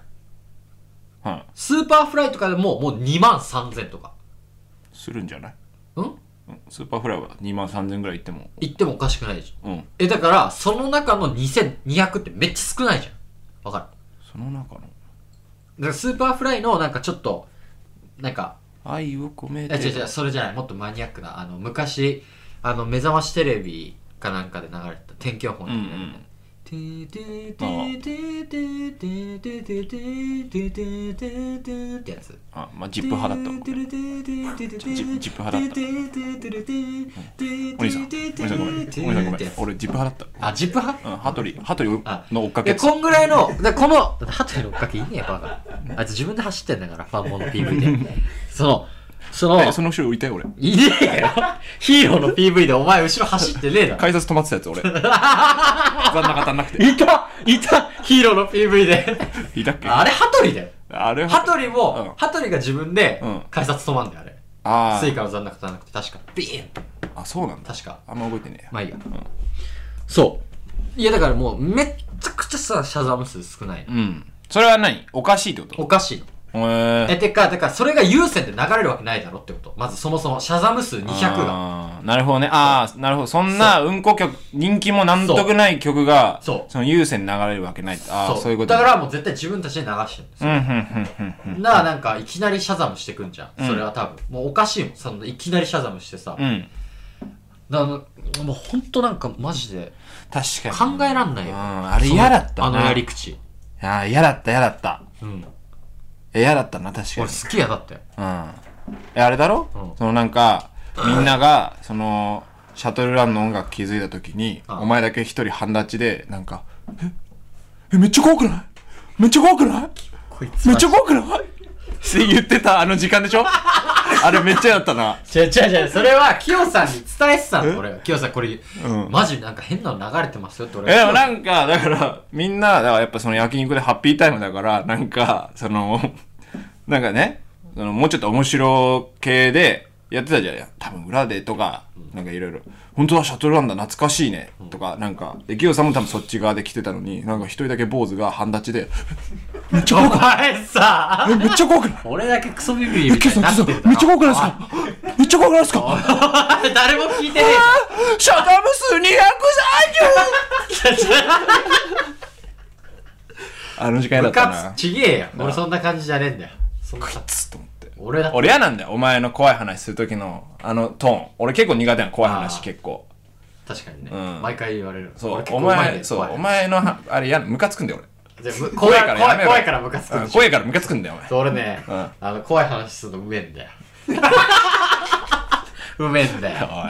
はい。スーパーフライとかでももう2万3000とかするんじゃないうんうんスーパーフライは2万3000ぐらいいっても。言ってもおかしくないでしょうん。え、だから、その中の2200ってめっちゃ少ないじゃん。わかる。その中のだからスーパーフライのなんかちょっと、なんか、愛を込めえ、て。違う違う、それじゃない、もっとマニアックな、あの、昔、あの、目覚ましテレビかなんかで流れてた天気予報のうんうやつねてん。ーてーてーてーてーてーてーてーてーてーてーてーてーってやつ。あ、まあジップ派だったわ。てるてるてるてるてるてるジップジップ派だったてるてるてるてるてるお兄さん、お兄さんごめん。お兄さんごめんてる。俺ジップ派だった。あ、ジップ派うん、ハトリ、ハトリの追っかでけ。こんぐらいの、でこの、ハトリの追っかけいいねえよ、バカ。あいつ自分で走ってんだから、ファンモンの PV で。その、その、えその後ろ浮いたよ俺。いねえよ。ヒーローの PV でお前後ろ走ってねえだろ。改札止まってた やつ俺。残高足んなくて。いたいたヒーローの PV で。いたっけあれ、ハトリだよ。あれハトリうんも、ハトリが自分でうん、改札止まんだよ、あれ。あスイカの残高じゃなくて、確か。ビーンあ。あ、そうなんだ。確か。あんま覚えてねえや。まあいいや。そう。いや、だからもう、めっちゃくちゃさ、シャザム数少ないの。うん。それは何おかしいってことおかしいの。へーえ、てか、だからそれが優先で流れるわけないだろってこと。まずそもそも、シャザム数200が。あーなるほどね。ああ、なるほど。そんなうんこ曲、人気もなんとくない曲が、そうの優先に流れるわけないって。ああ、そういうことね。だからもう絶対自分たちで流してるんですよ。うん、うん、うん、うん。なあ、なんか、いきなりシャザムしてくんじゃん。それは多分。もうおかしいもん。その、いきなりシャザムしてさ、うん。だからもう本当なんかマジで確考かに。えらんないうん、よ、あれ嫌だったあのな。やり口ああ、嫌だった、嫌だった。うんえ嫌だったな、確かに俺。好きやだってうん。え、あれだろ、うんそのなんか、みんなが、その、シャトルランの音楽気づいたときに、あお前だけ一人半立ちで、なんか、え、えめっちゃ怖くないめっちゃ怖くないこいつめっちゃ怖くない って言ってたあの時間でしょあれめっちゃやったな。違う違う違うそれは キヨさんに伝えてたの俺はキヨさんこれ、うんマジなんか変なの流れてますよって俺え、でもはなんか、だから、みんな、だからやっぱその焼肉でハッピータイムだから、なんか、その、なんかね、そのもうちょっと面白系でやってたじゃんいや。多分裏でとか、なんかいろいろ、本当はシャトルランだ懐かしいね、とか、なんか、で、ギオさんも多分そっち側で来てたのに、なんか一人だけ坊主が半立ちで、めっちゃ 怖おくない前さえめっちゃ怖くない俺だけクソビビリえみキたヨいにさん、なキってヨんださん、めっちゃ怖くないですかめっちゃ怖くないです か誰も聞いてねシャダム数 230! あの時間えだ部ったな活。ちげえよ俺そんな感じじゃねえんだよそんなつっと思って。俺だって俺嫌なんだよお前の怖い話する時のあのトーン俺結構苦手なの怖いあ話ー結構確かにね、うん毎回言われるそ俺う結構おうまい前ねそう怖いお前のはあれ嫌なムカつくんだよじゃあむ怖怖いいかからら怖やいめろ怖いからムカつく俺、でうん、しょ声からムカつくんだよお前そう俺ね、うんあの怖い話するのうめえ んだようめえんだよおい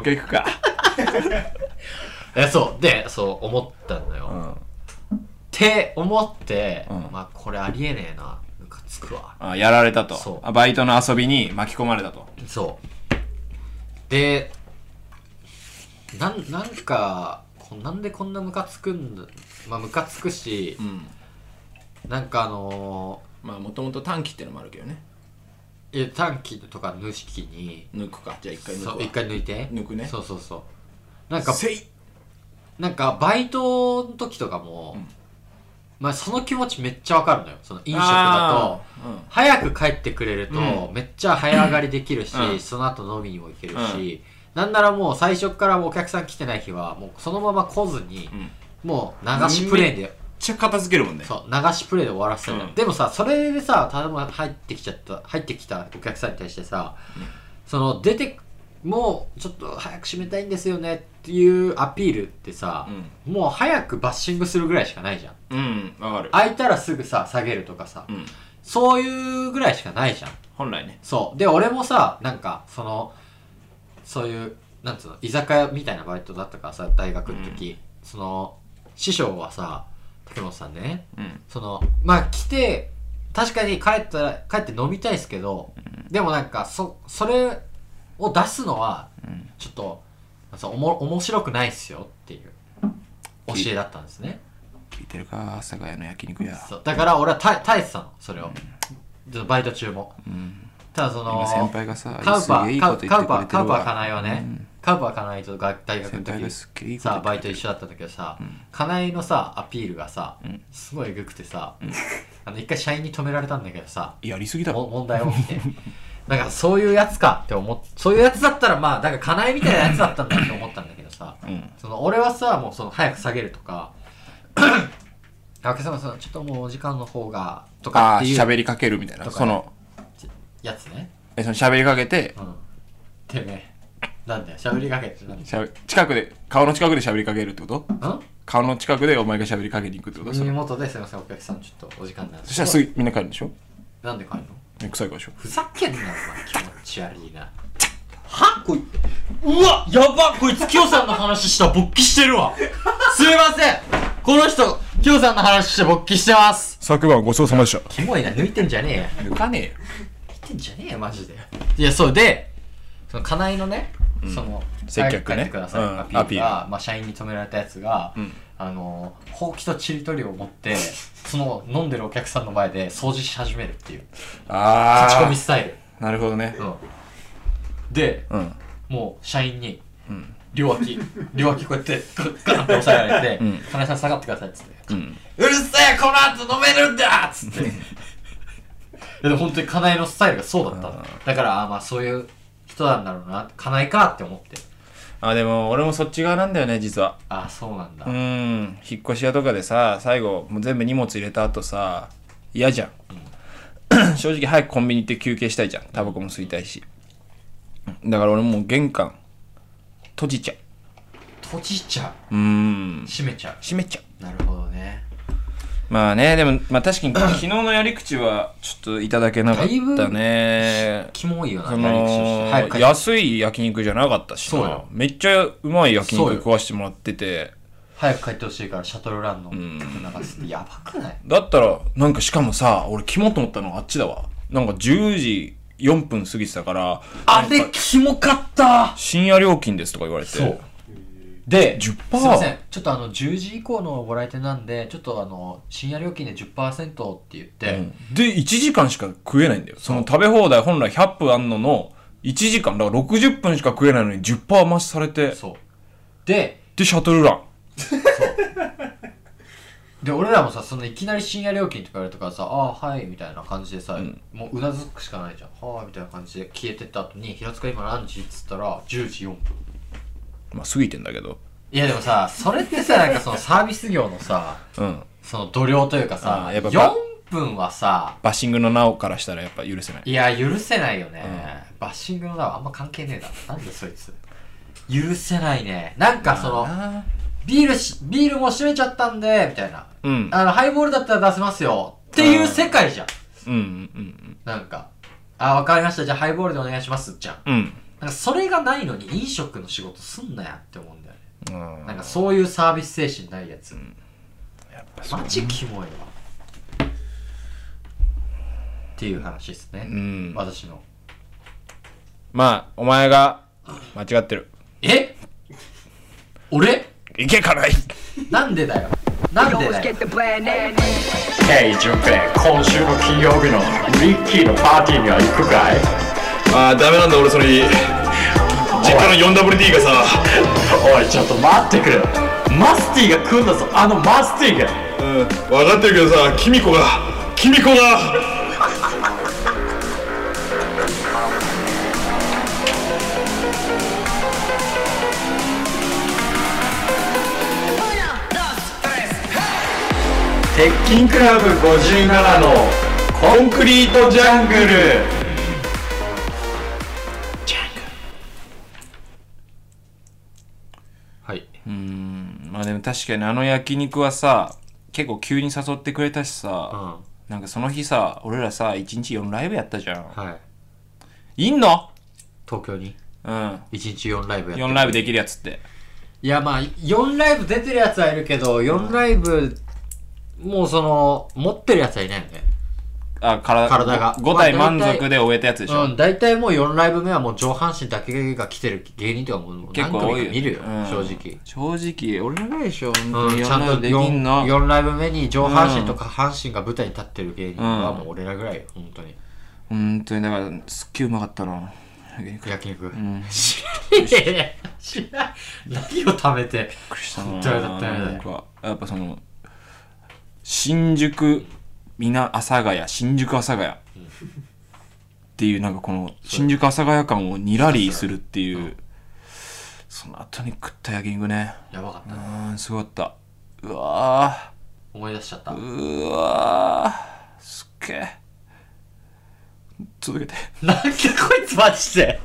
東京行くかえそうでそう思ったんだよ、っうんて思って、うんまあこれありえねえなムカつくわあやられたとそうあバイトの遊びに巻き込まれたとそうでなんなんかこなんでこんなムカつくんだまあムカつくしう、んなんかあのまあもともと短期ってのもあるけどねー、え短期とか無識に抜くかじゃあ一そう一回抜いて抜くねそうそうそうなんかせいなんかバイトの時とかも、うんまあその気持ちめっちゃわかるのよその飲食だとと、うん早く帰ってくれるとうめっちゃ早上がりできるし、うんその後飲みにも行けるし、なんならもう最初からお客さん来てない日はもうそのまま来ずに、うんめっもう流しプレイでちゃ片付けるもんねそう流しプレイで終わらせたのよ、うんでもさそれでさただま入ってきちゃった入ってきたお客さんに対してさ、その出てもうちょっと早く閉めたいんですよねっていうアピールってさ、もう早くバッシングするぐらいしかないじゃんうんうんわかる空いたらすぐさ下げるとかさ、うんそういうぐらいしかないじゃん本来ねそうで俺もさなんかそのそういうなんつうの居酒屋みたいなバイトだったからさ大学の時、その師匠はさ竹本さんねうんそのまあ来て確かに帰ったら帰って飲みたいですけど、でもなんかそそれを出すのはうんちょっと、そうおも面白くないっすよっていう教えだったんですね聞いてるか酒屋の焼肉屋そうだから俺は耐え耐えてたのそれを、ちょっとバイト中も、ただその今先輩がさカウパすげえーいいカこウと言カってウくパれーてカるウパわーかなえはね、カウパーかなえとが大学の先輩がすっげえいい時こと言ってくさバれてるイト一緒だった時はさ、かなえのさアピールがさ、すごいエグくてさ、あの一回社員に止められたんだけどさ、やりすぎだもろ問題を見て。だからそういうやつかって思っそういうやつだったらまあ、だからかなえみたいなやつだったんだって思ったんだけどさ、うんその俺はさ、もうその早く下げると か、あけさまさん、ちょっともうお時間の方が、とかあっあていう喋りかけるみたいなとかそのやつね。えその喋りかけてうん。てめえ。なんだよ、喋りかけてなんだしゃべ近くで顔の近くで喋りかけるってことよ。顔の近くでお前が喋りかけに行くってことんそ耳れ元ですいません、お客さん、ちょっとお時間なんでそしたらすぐみんな帰るんでしょなんで帰るのえ臭いからでしょふざけんな、お前。気持ち悪いな。はこいうわやばこいつきよさんの話した勃起してるわすいませんこの人、きょうさんの話して勃起してます昨晩ごちそうさまでしたキモいな、抜いてんじゃねえよ。抜かねってんじゃねえよマジでいやそうでその家内のね、その接客ね帰ってください、うんアピールがまあ、社員に止められたやつが、んあのほうきとちりとりを持ってその飲んでるお客さんの前で掃除し始めるっていうえよあ口コミあスタイなるほどねル、うん、でうんもう社員にうん両 脇両脇こうやってガンって押さえられてうん「金井さん下がってください」っつってうんうるせえこの後飲めるんだっつってでも本当にカナエのスタイルがそうだったのだからあーまあそういう人なんだろうなカナエかって思ってあでも俺もそっち側なんだよね実はああそうなんだ、うーん引っ越し屋とかでさ最後もう全部荷物入れた後さ嫌じゃん、 正直早くコンビニ行って休憩したいじゃんタバコも吸いたいしだから俺もう玄関閉じちゃう閉じちゃうーんう。閉めちゃ閉めちゃうう。なるほどね。まあねでも、まあ、確か に昨日のやり口はちょっといただけなかったねキモいよな、そやり口として早のく帰って安い焼肉じゃなかったしなそうよめっちゃうまい焼そう肉よ食わしてもらってて早く帰ってほしいから、シャトルランの曲ん流すってやばくないだったらなんかしかもさ俺肝と思ったのはあっちだわなんか10時4分過ぎてたからあれ、キモかった深夜料金ですとか言われてそう。で、 10%すいません。ちょっとあの、10時以降のご来店なんで、ちょっとあの、深夜料金で10%って言って、うんで1時間しか食えないんだよその食べ放題本来100分あんのの1時間だから60分しか食えないのに10%増しされてそう。で、でシャトルランで、俺らもさ、そのいきなり深夜料金とか言われたからさ、ああー、はい、みたいな感じでさ、もううなずくしかないじゃん。はあ、みたいな感じで消えてった後に、平塚今何時っつったら、10時4分。まあ過ぎてんだけどいやでもさ、それってさ、なんかそのサービス業のさ、うんその度量というかさ、あーやっぱ4分はさ、バッシングのなおからしたらやっぱ許せないいや、許せないよね。バッシングのだわ、あんま関係ねえだろ。なんでそいつ。許せないね。なんかその、ビールし、ビールも閉めちゃったんで、みたいな。うんあの、ハイボールだったら出せますよ。っていう世界じゃん。うんうんなんか、あ、わかりました。じゃあハイボールでお願いします。じゃん。うんうんなんかそれがないのに飲食の仕事すんなやって思うんだよね。うんなんかそういうサービス精神ないやつ。マジキモいわ。っていう話ですね。うん私の。まあお前が間違ってるえ俺いけかないなんでだよ。なんで Always だよ get。the plan A. ヘイ、ジュンペイ、今週の金曜日のリッキーのパーティーには行くかいああ、ダメなんだ俺それ実家の 4WD がさおい、ちょっと待ってくれマスティが来んだぞ、あのマスティがうん、分かってるけどさキミコがキミコが鉄筋クラブ57のコンクリートジャングルはい。うんまあでも確かにあの焼肉はさ結構急に誘ってくれたしうん。さ、はなんかその日さ俺らさ1日4ライブやったじゃんい。いんの東京にうん1日4ライブやって4ライブできるやつっていやまあ4ライブ出てるやつはいるけど4ライブもうその持ってるやつはいないよねあ体体が5体満足で終えたやつでしょ、うん大体もう4ライブ目はもう上半身だけが来てる芸人とかもう結何構多組いよか見るようん正直正直俺らぐらいでしょ、う本当ん、にちゃんとできん 4, のライブ目に上半身とか半身が舞台に立ってる芸人はもう俺らぐらいよ本当に本当にだからすっげえうまかったなびっく焼肉、ん知らねえや知らない何を食べてりしたな誰だ誰だなんかやっぱその新宿みな阿佐ヶ谷新宿阿佐ヶ谷っていうなんかこの新宿阿佐ヶ谷間をにらりするっていうその後に食った焼肉ねやばかったうなーんすごかったうわ思い出しちゃったーうわーすっげえ続けてなんかこいつマジで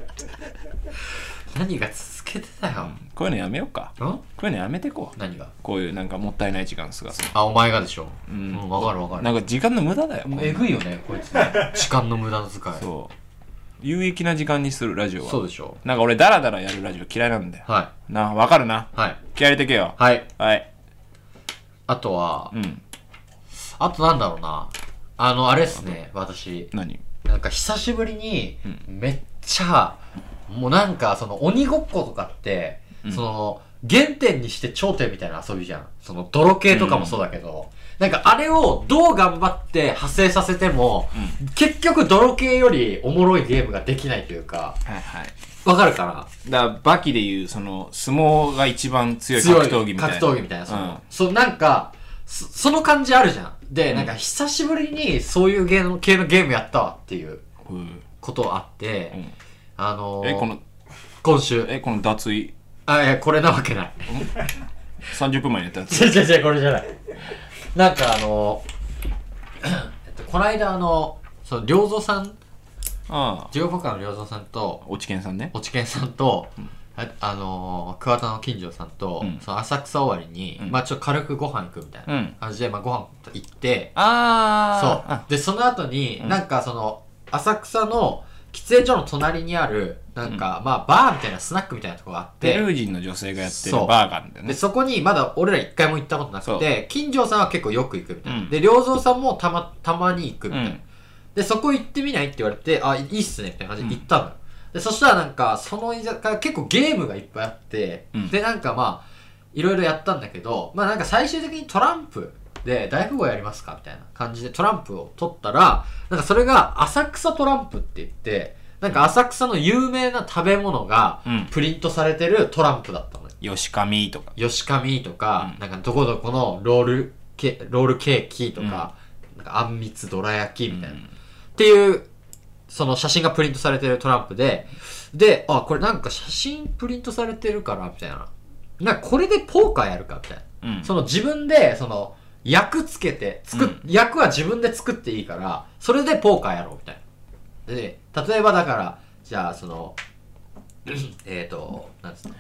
何が続けてたよ、こういうのやめようかんこういうのやめてこう何がこういうなんかもったいない時間過ごすあお前がでしょうんわ、かるわかのるなんか時間の無駄だよもうえぐいよねこいつね時間の無駄遣いそうそう有益な時間にするラジオはでしょなんか俺ダラダラやるラジオ嫌いなんだよはなわかるないはい気合入れてけよはいはいあとはうんあとなんだろうなあのあれっすね私何なんか久しぶりにめっちゃ、もうなんかその鬼ごっことかって、その原点にして頂点みたいな遊びじゃんその泥系とかもそうだけど、なんかあれをどう頑張って派生させても、結局泥系よりおもろいゲームができないというかはいはいわかるかなだからバキでいうその相撲が一番強い強格い闘技みたいな格闘技みたいなその、うんそうなんかそその感じあるじゃんで、なんか久しぶりにそういうゲーム系のゲームやったわっていううんことあって、んあのーえこの今週えこの脱衣あ、いや、これなわけない。 30分前にやったやつ 違う違う違う、これじゃない。なんかあの、えっと、この間あの、その、良三さん、ああジオポカの良三さんと、落研さんね落研さんと、ああのー、桑田の金城さんと、うんその浅草終わりに、うんまあちょっと軽くご飯行くみたいなうん感じで、まあご飯行って、あそあう。で、その後に、うんなんかその、浅草の喫煙所の隣にある、なんか、まあバーみたいなスナックみたいなとこがあっペて、ルー人の女性がやってるそうバーガーだよで、ねそこにまだ俺ら一回も行ったことなそくうて、金城さんは結構よく行くみたいな。うんで、良三さんもたま、たまに行くみうたいな。んで、そこ行ってみないって言われて、あ、いいっすね、みたいな感じで行ったのよ。で、そしたらなんか、その居酒屋、結構ゲームがいっぱいあって、うんで、なんかまあ、いろいろやったんだけど、まあなんか最終的にトランプで大富豪やりますかみたいな感じでトランプを取ったら、なんかそれが浅草トランプって言って、なんか浅草の有名な食べ物がうんプリントされてるトランプだったのよ。吉上とか吉上とか、なんかどこどこのロールケロールケーキとか、なんかあんみつどら焼きみたいな、っていうその写真がプリントされてるトランプでであこれなんか写真プリントされてるからみたいななんかこれでポーカーやるかみたいなうんその自分でその役つけて作っ、役は自分で作っていいからそれでポーカーやろうみたいなで例えばだからじゃあそのえっ、となんつうの、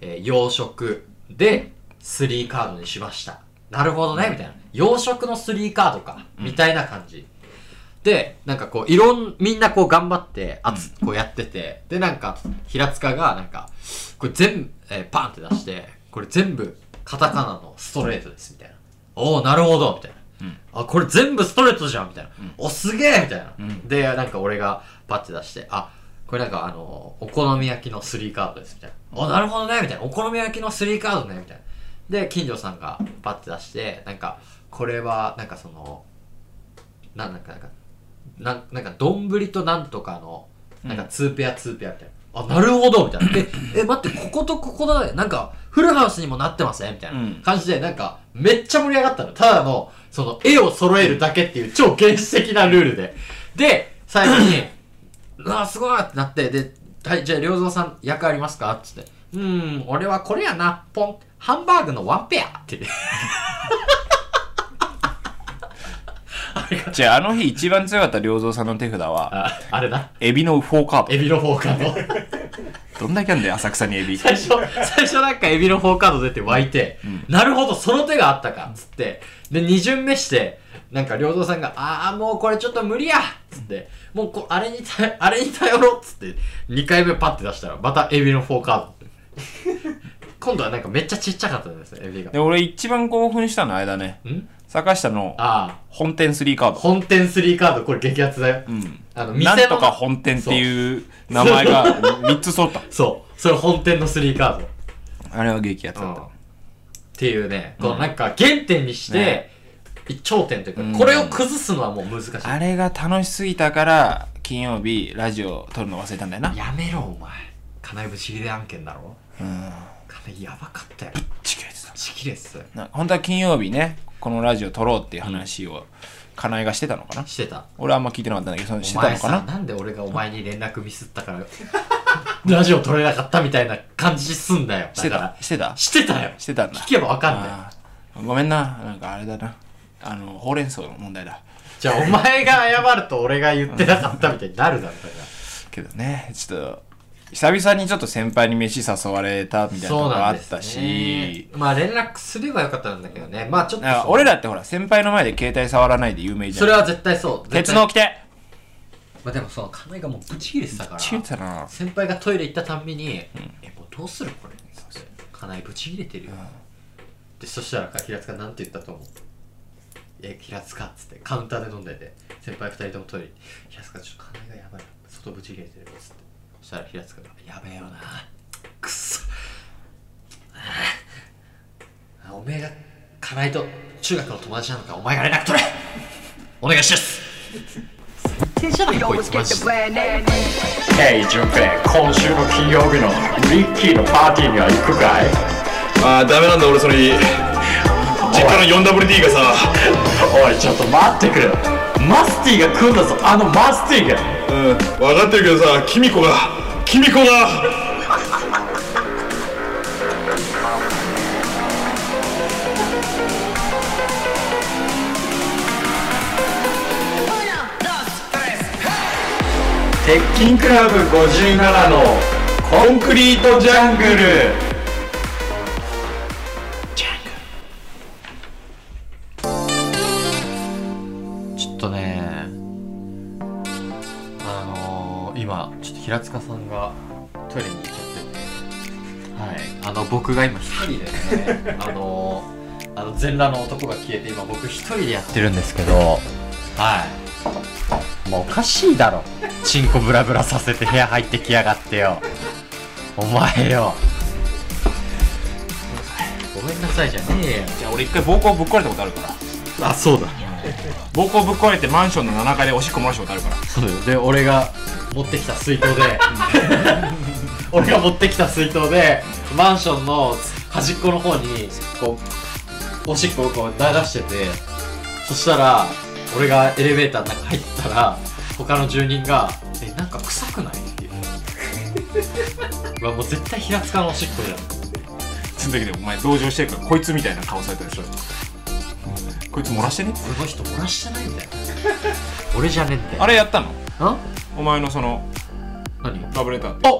えー洋食で3カードにしましたなるほどねみたいな洋食の3カードかみたいな感じ、で、なんかこう、いろん、みんなこう頑張って、あつ、こうやってて、で、なんか、平塚が、なんか、これ全部、えーパンって出して、これ全部、カタカナのストレートです、みたいな。おー、なるほど、みたいな。あ、これ全部ストレートじゃん、みたいな。お、すげえみたいな、で、なんか俺がパッて出して、あ、これなんかあの、お好み焼きの3カードです、みたいな。お、なるほどね、みたいな。お好み焼きの3カードね、みたいな。で、金城さんがパッて出して、なんか、これは、なんかその、ななんかなんかなんなんか丼となんとかのなんか2ペア2ペアみたいな、あなるほどみたいなで え待ってこことここだねなんかフルハウスにもなってますねみたいうんな感じでなんかめっちゃ盛り上がったのただのその絵を揃えるだけっていう超原始的なルールでで最後 にうわすごいってなってではいじゃあ良三さん役ありますかっつってうーん俺はこれやなポンハンバーグのワンペアってじゃああの日一番強かった良三さんの手札はああれなエビのフォーカードエビのフォーカードどんだけあんだよ浅草にエビ最初、最初なんかエビのフォーカード出て湧いて、なるほど、その手があったか、つって。で、二巡目して、なんか、良三さんが、ああ、もうこれちょっと無理やつって、もうこ、あれに頼、あれに頼ろうつって、二回目パッて出したら、またエビのフォーカード。 今度はなんかめっちゃちっちゃかったんですよ、エビが。で俺一番興奮したのあれだねん坂下のあ本店3カーあ、ド本店3カード、これ激アツだよ。うんあの、な店んとかの、本店っていう名前が3つ揃ったそう、それ本店の3カード。あれは激アツだっったていうね、このなんか原点にして、ね頂点というか、うんこれを崩すのはもう難しい。あれが楽しすぎたから金曜日ラジオ撮るの忘れたんだよなやめろ、お前。金井ぶち切れ案件だろ金井やばかったよ。ちぎれてたち切れっす。な本当は金曜日ねこのラジオ撮ろうっていう話を金井がしてたのかなしてた。俺はあんま聞いてなかったんだけどそのしおてた前のかさ、ななんで俺がお前に連絡ミスったから、 ラジオ撮れなかったみたいな感じすんだよ。してだかたらしてたしてたよ。してたんだ聞けばわかんない。あーごめんななんかあれだなあのほうれん草の問題だじゃあ、お前が謝ると俺が言ってなかったみたいになるだろ、だから。けどねちょっと久々にちょっと先輩に飯誘われたみたいなのがあったそうなんですしね、まあ連絡すればよかったんだけどねまあちょっとなんかそう俺らってほら先輩の前で携帯触らないで有名じゃそんれは絶対そう鉄絶対の掟まあでもその金井がもうブチ切れてたからちゅうたな先輩がトイレ行ったたんびに「えもうどうするこれ」つって「金井ブチ切れてるよ」でそしたら平塚なんて言ったと思うえ平塚っつってカウンターで飲んでて先輩二人ともトイレ行って平塚ちょっと金井がやばい外ブチ切れてるっつってそしたら平塚が「やべえよなくっそあおめえが金井と中学の友達なのかお前が連絡取れお願いします You always get the bad name. ヘイジュンペイ今週の金曜日のリッキーのパーティーには行くかいあーダメなんだ俺それ実家の 4WD がさおいちょっと待ってくれマスティが来んだぞあのマスティがうん分かってるけどさキミコがキミコが鉄筋クラブ57のコンクリートジャングルちょっとねあのー、今ちょっと平塚さんがトイレに行っちゃっててはいあの僕が今一人でね あのー、あの全裸の男が消えて今僕一人でやってるんですけどはいもうおかしいだろチンコブラブラさせて部屋入ってきやがってよお前よごめんなさいじゃねえよじゃあ俺一回膀胱ぶっ壊れたことあるからあそうだ膀胱ぶっ壊れてマンションの7階でおしっこ漏らしたことあるからそうだよで俺が持ってきた水筒で俺が持ってきた水筒でマンションの端っこの方にこうおしっこをこう流しててそしたら俺がエレベーターの中入ったら他の住人が「えなんか臭くない?」っていう うわもう絶対平塚のおしっこじゃんその時でお前同情してるからこいつみたいな顔されたでしょこいつ漏らしてね俺の人漏らしてないんだよ俺じゃねえんだよあれやったのあお前のその何ラブレターってあ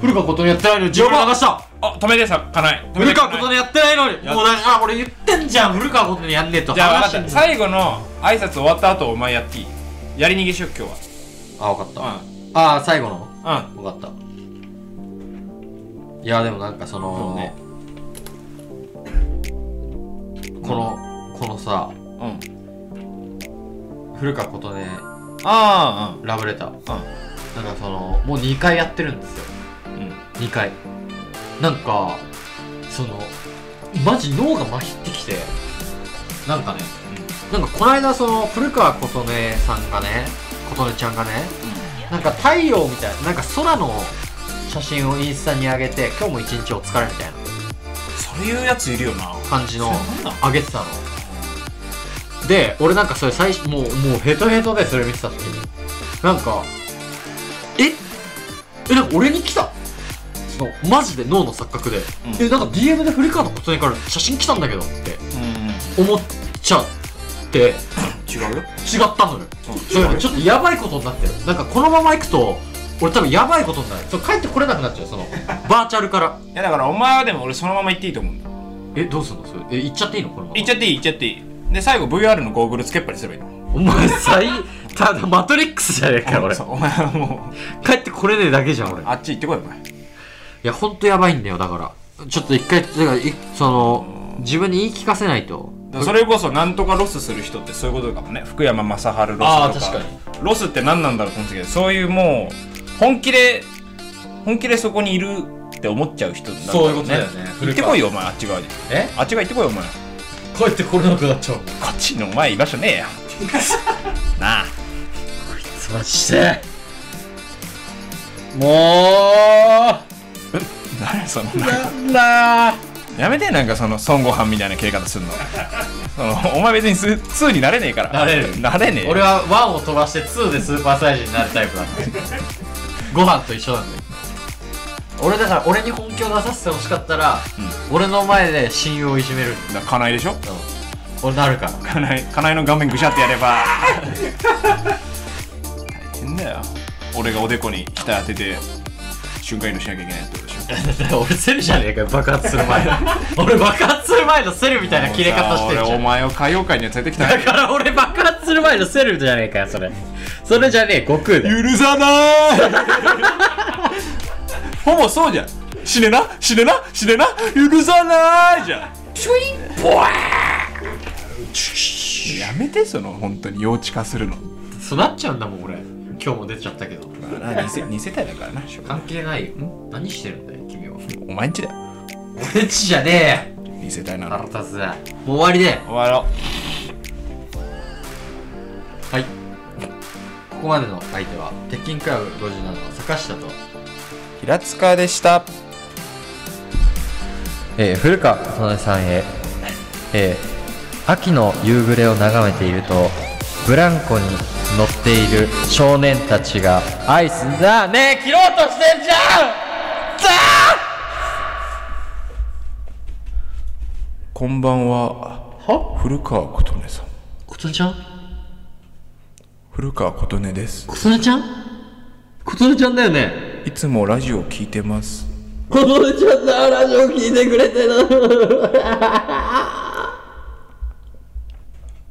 古川ことにやってないのに自分が流したあ止めてさかない止め古て川かこないとにやってないのにもうなんかあ俺言ってんじゃん古川ことにやんねえとじゃあ分話かったしてんの最後の挨拶終わった後お前やっていいやり逃げしよう今あ分かった、日はああ最後のうんうん分かったいやでもなんかそのそうねこのこのさうん古川ことねあラブレター、あなんかそのもう2回やってるんですよあうんうん2回なんかそのマジ脳がまひってきてなんかね、なんかこの間その古川琴音さんがね琴音ちゃんがね、なんか太陽みたいななんか空の写真をインスタに上げて今日も一日お疲れみたいなそれ言うやついるよな感じのそれな上んげてたので俺なんかそれ最初もうもうヘトヘトでそれ見てた時になんかええなんか俺に来たそのマジで脳の錯覚で、うんえなんか DM で古川のことにから写真来たんだけどってうん思っちゃって違違うよったのよそ違うれよちょっとやばいことになってるなんかこのまま行くと俺多分やばいことになるそう帰ってこれなくなっちゃう そのバーチャルからいやだからお前はでも俺そのまま行っていいと思うんだえどうすんのそれえ行っちゃっていいのこのまま行っちゃっていい行っちゃっていいで最後 VR のゴーグルつけっぱにすればいいのお前最ただマトリックスじゃねえかよ俺そうお前はもう帰ってこれねえだけじゃん俺いあっち行ってこいお前やほんとやばいんだよだからちょっと一回だからいその自分に言い聞かせないとだからそれこそなんとかロスする人ってそういうことかもね福山雅治ロスとかあー確かロスって何なんだろうと思うんですけどそういうもう本気で本気でそこにいるって思っちゃう人なんだろそういうことだよね行ってこいよお前あっち側にえあっち側行ってこいよお前ここうやってこれなくなっちゃうっちのお前居場所ねえやなあすましても何そのなんだやめてなんかその孫悟飯みたいな消え方すんのそのお前別にス2になれねえからなれるなれねえう俺は1を飛ばして2でスーパーサイズになるタイプなん だよご飯と一緒なんだよ俺だから俺に本気を出させてほしかったら、俺の前で親友をいじめるんだよだかないでしょ俺なるからかないかないの画面ぐしゃってやれば大変だよ俺がおでこに額当てて瞬間移動しなきゃいけないってことでしょ 俺セルじゃねえかよ爆発する 前の俺爆発する前のセルみたいな切れ方してるじもうさゃ俺おん前を歌謡界には連れてきただから俺爆発する前のセルじゃねえかよそれそれじゃねえ悟空だよ許さない ほぼそうじゃん死ねな死ねな死ねな許さないじゃんシュインボワーやめてその本当に幼稚化するのそうなっちゃうんだもん俺今日も出ちゃったけど2世世帯だからな関係ないよ何してるんだよ君はお前んちだよ俺っちじゃねえ2世帯な腹の立つなもう終わりで終わろはいここまでの相手は鉄筋クラブ57の坂下とう平塚でしたえー古川琴音さんへ、えー秋の夕暮れを眺めているとブランコに乗っている少年たちがアイスだねえ切ろうとしてんじゃんザこんばんは。古川琴音さーん。琴音ちゃん古川琴音です。琴音ちゃん琴音ちゃんだよねいつもラジオ聞いてますこのちゃんのラジオ聞いてくれてる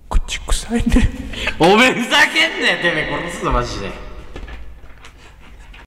口臭いねおめえふざけんなよてめえ殺すぞマジで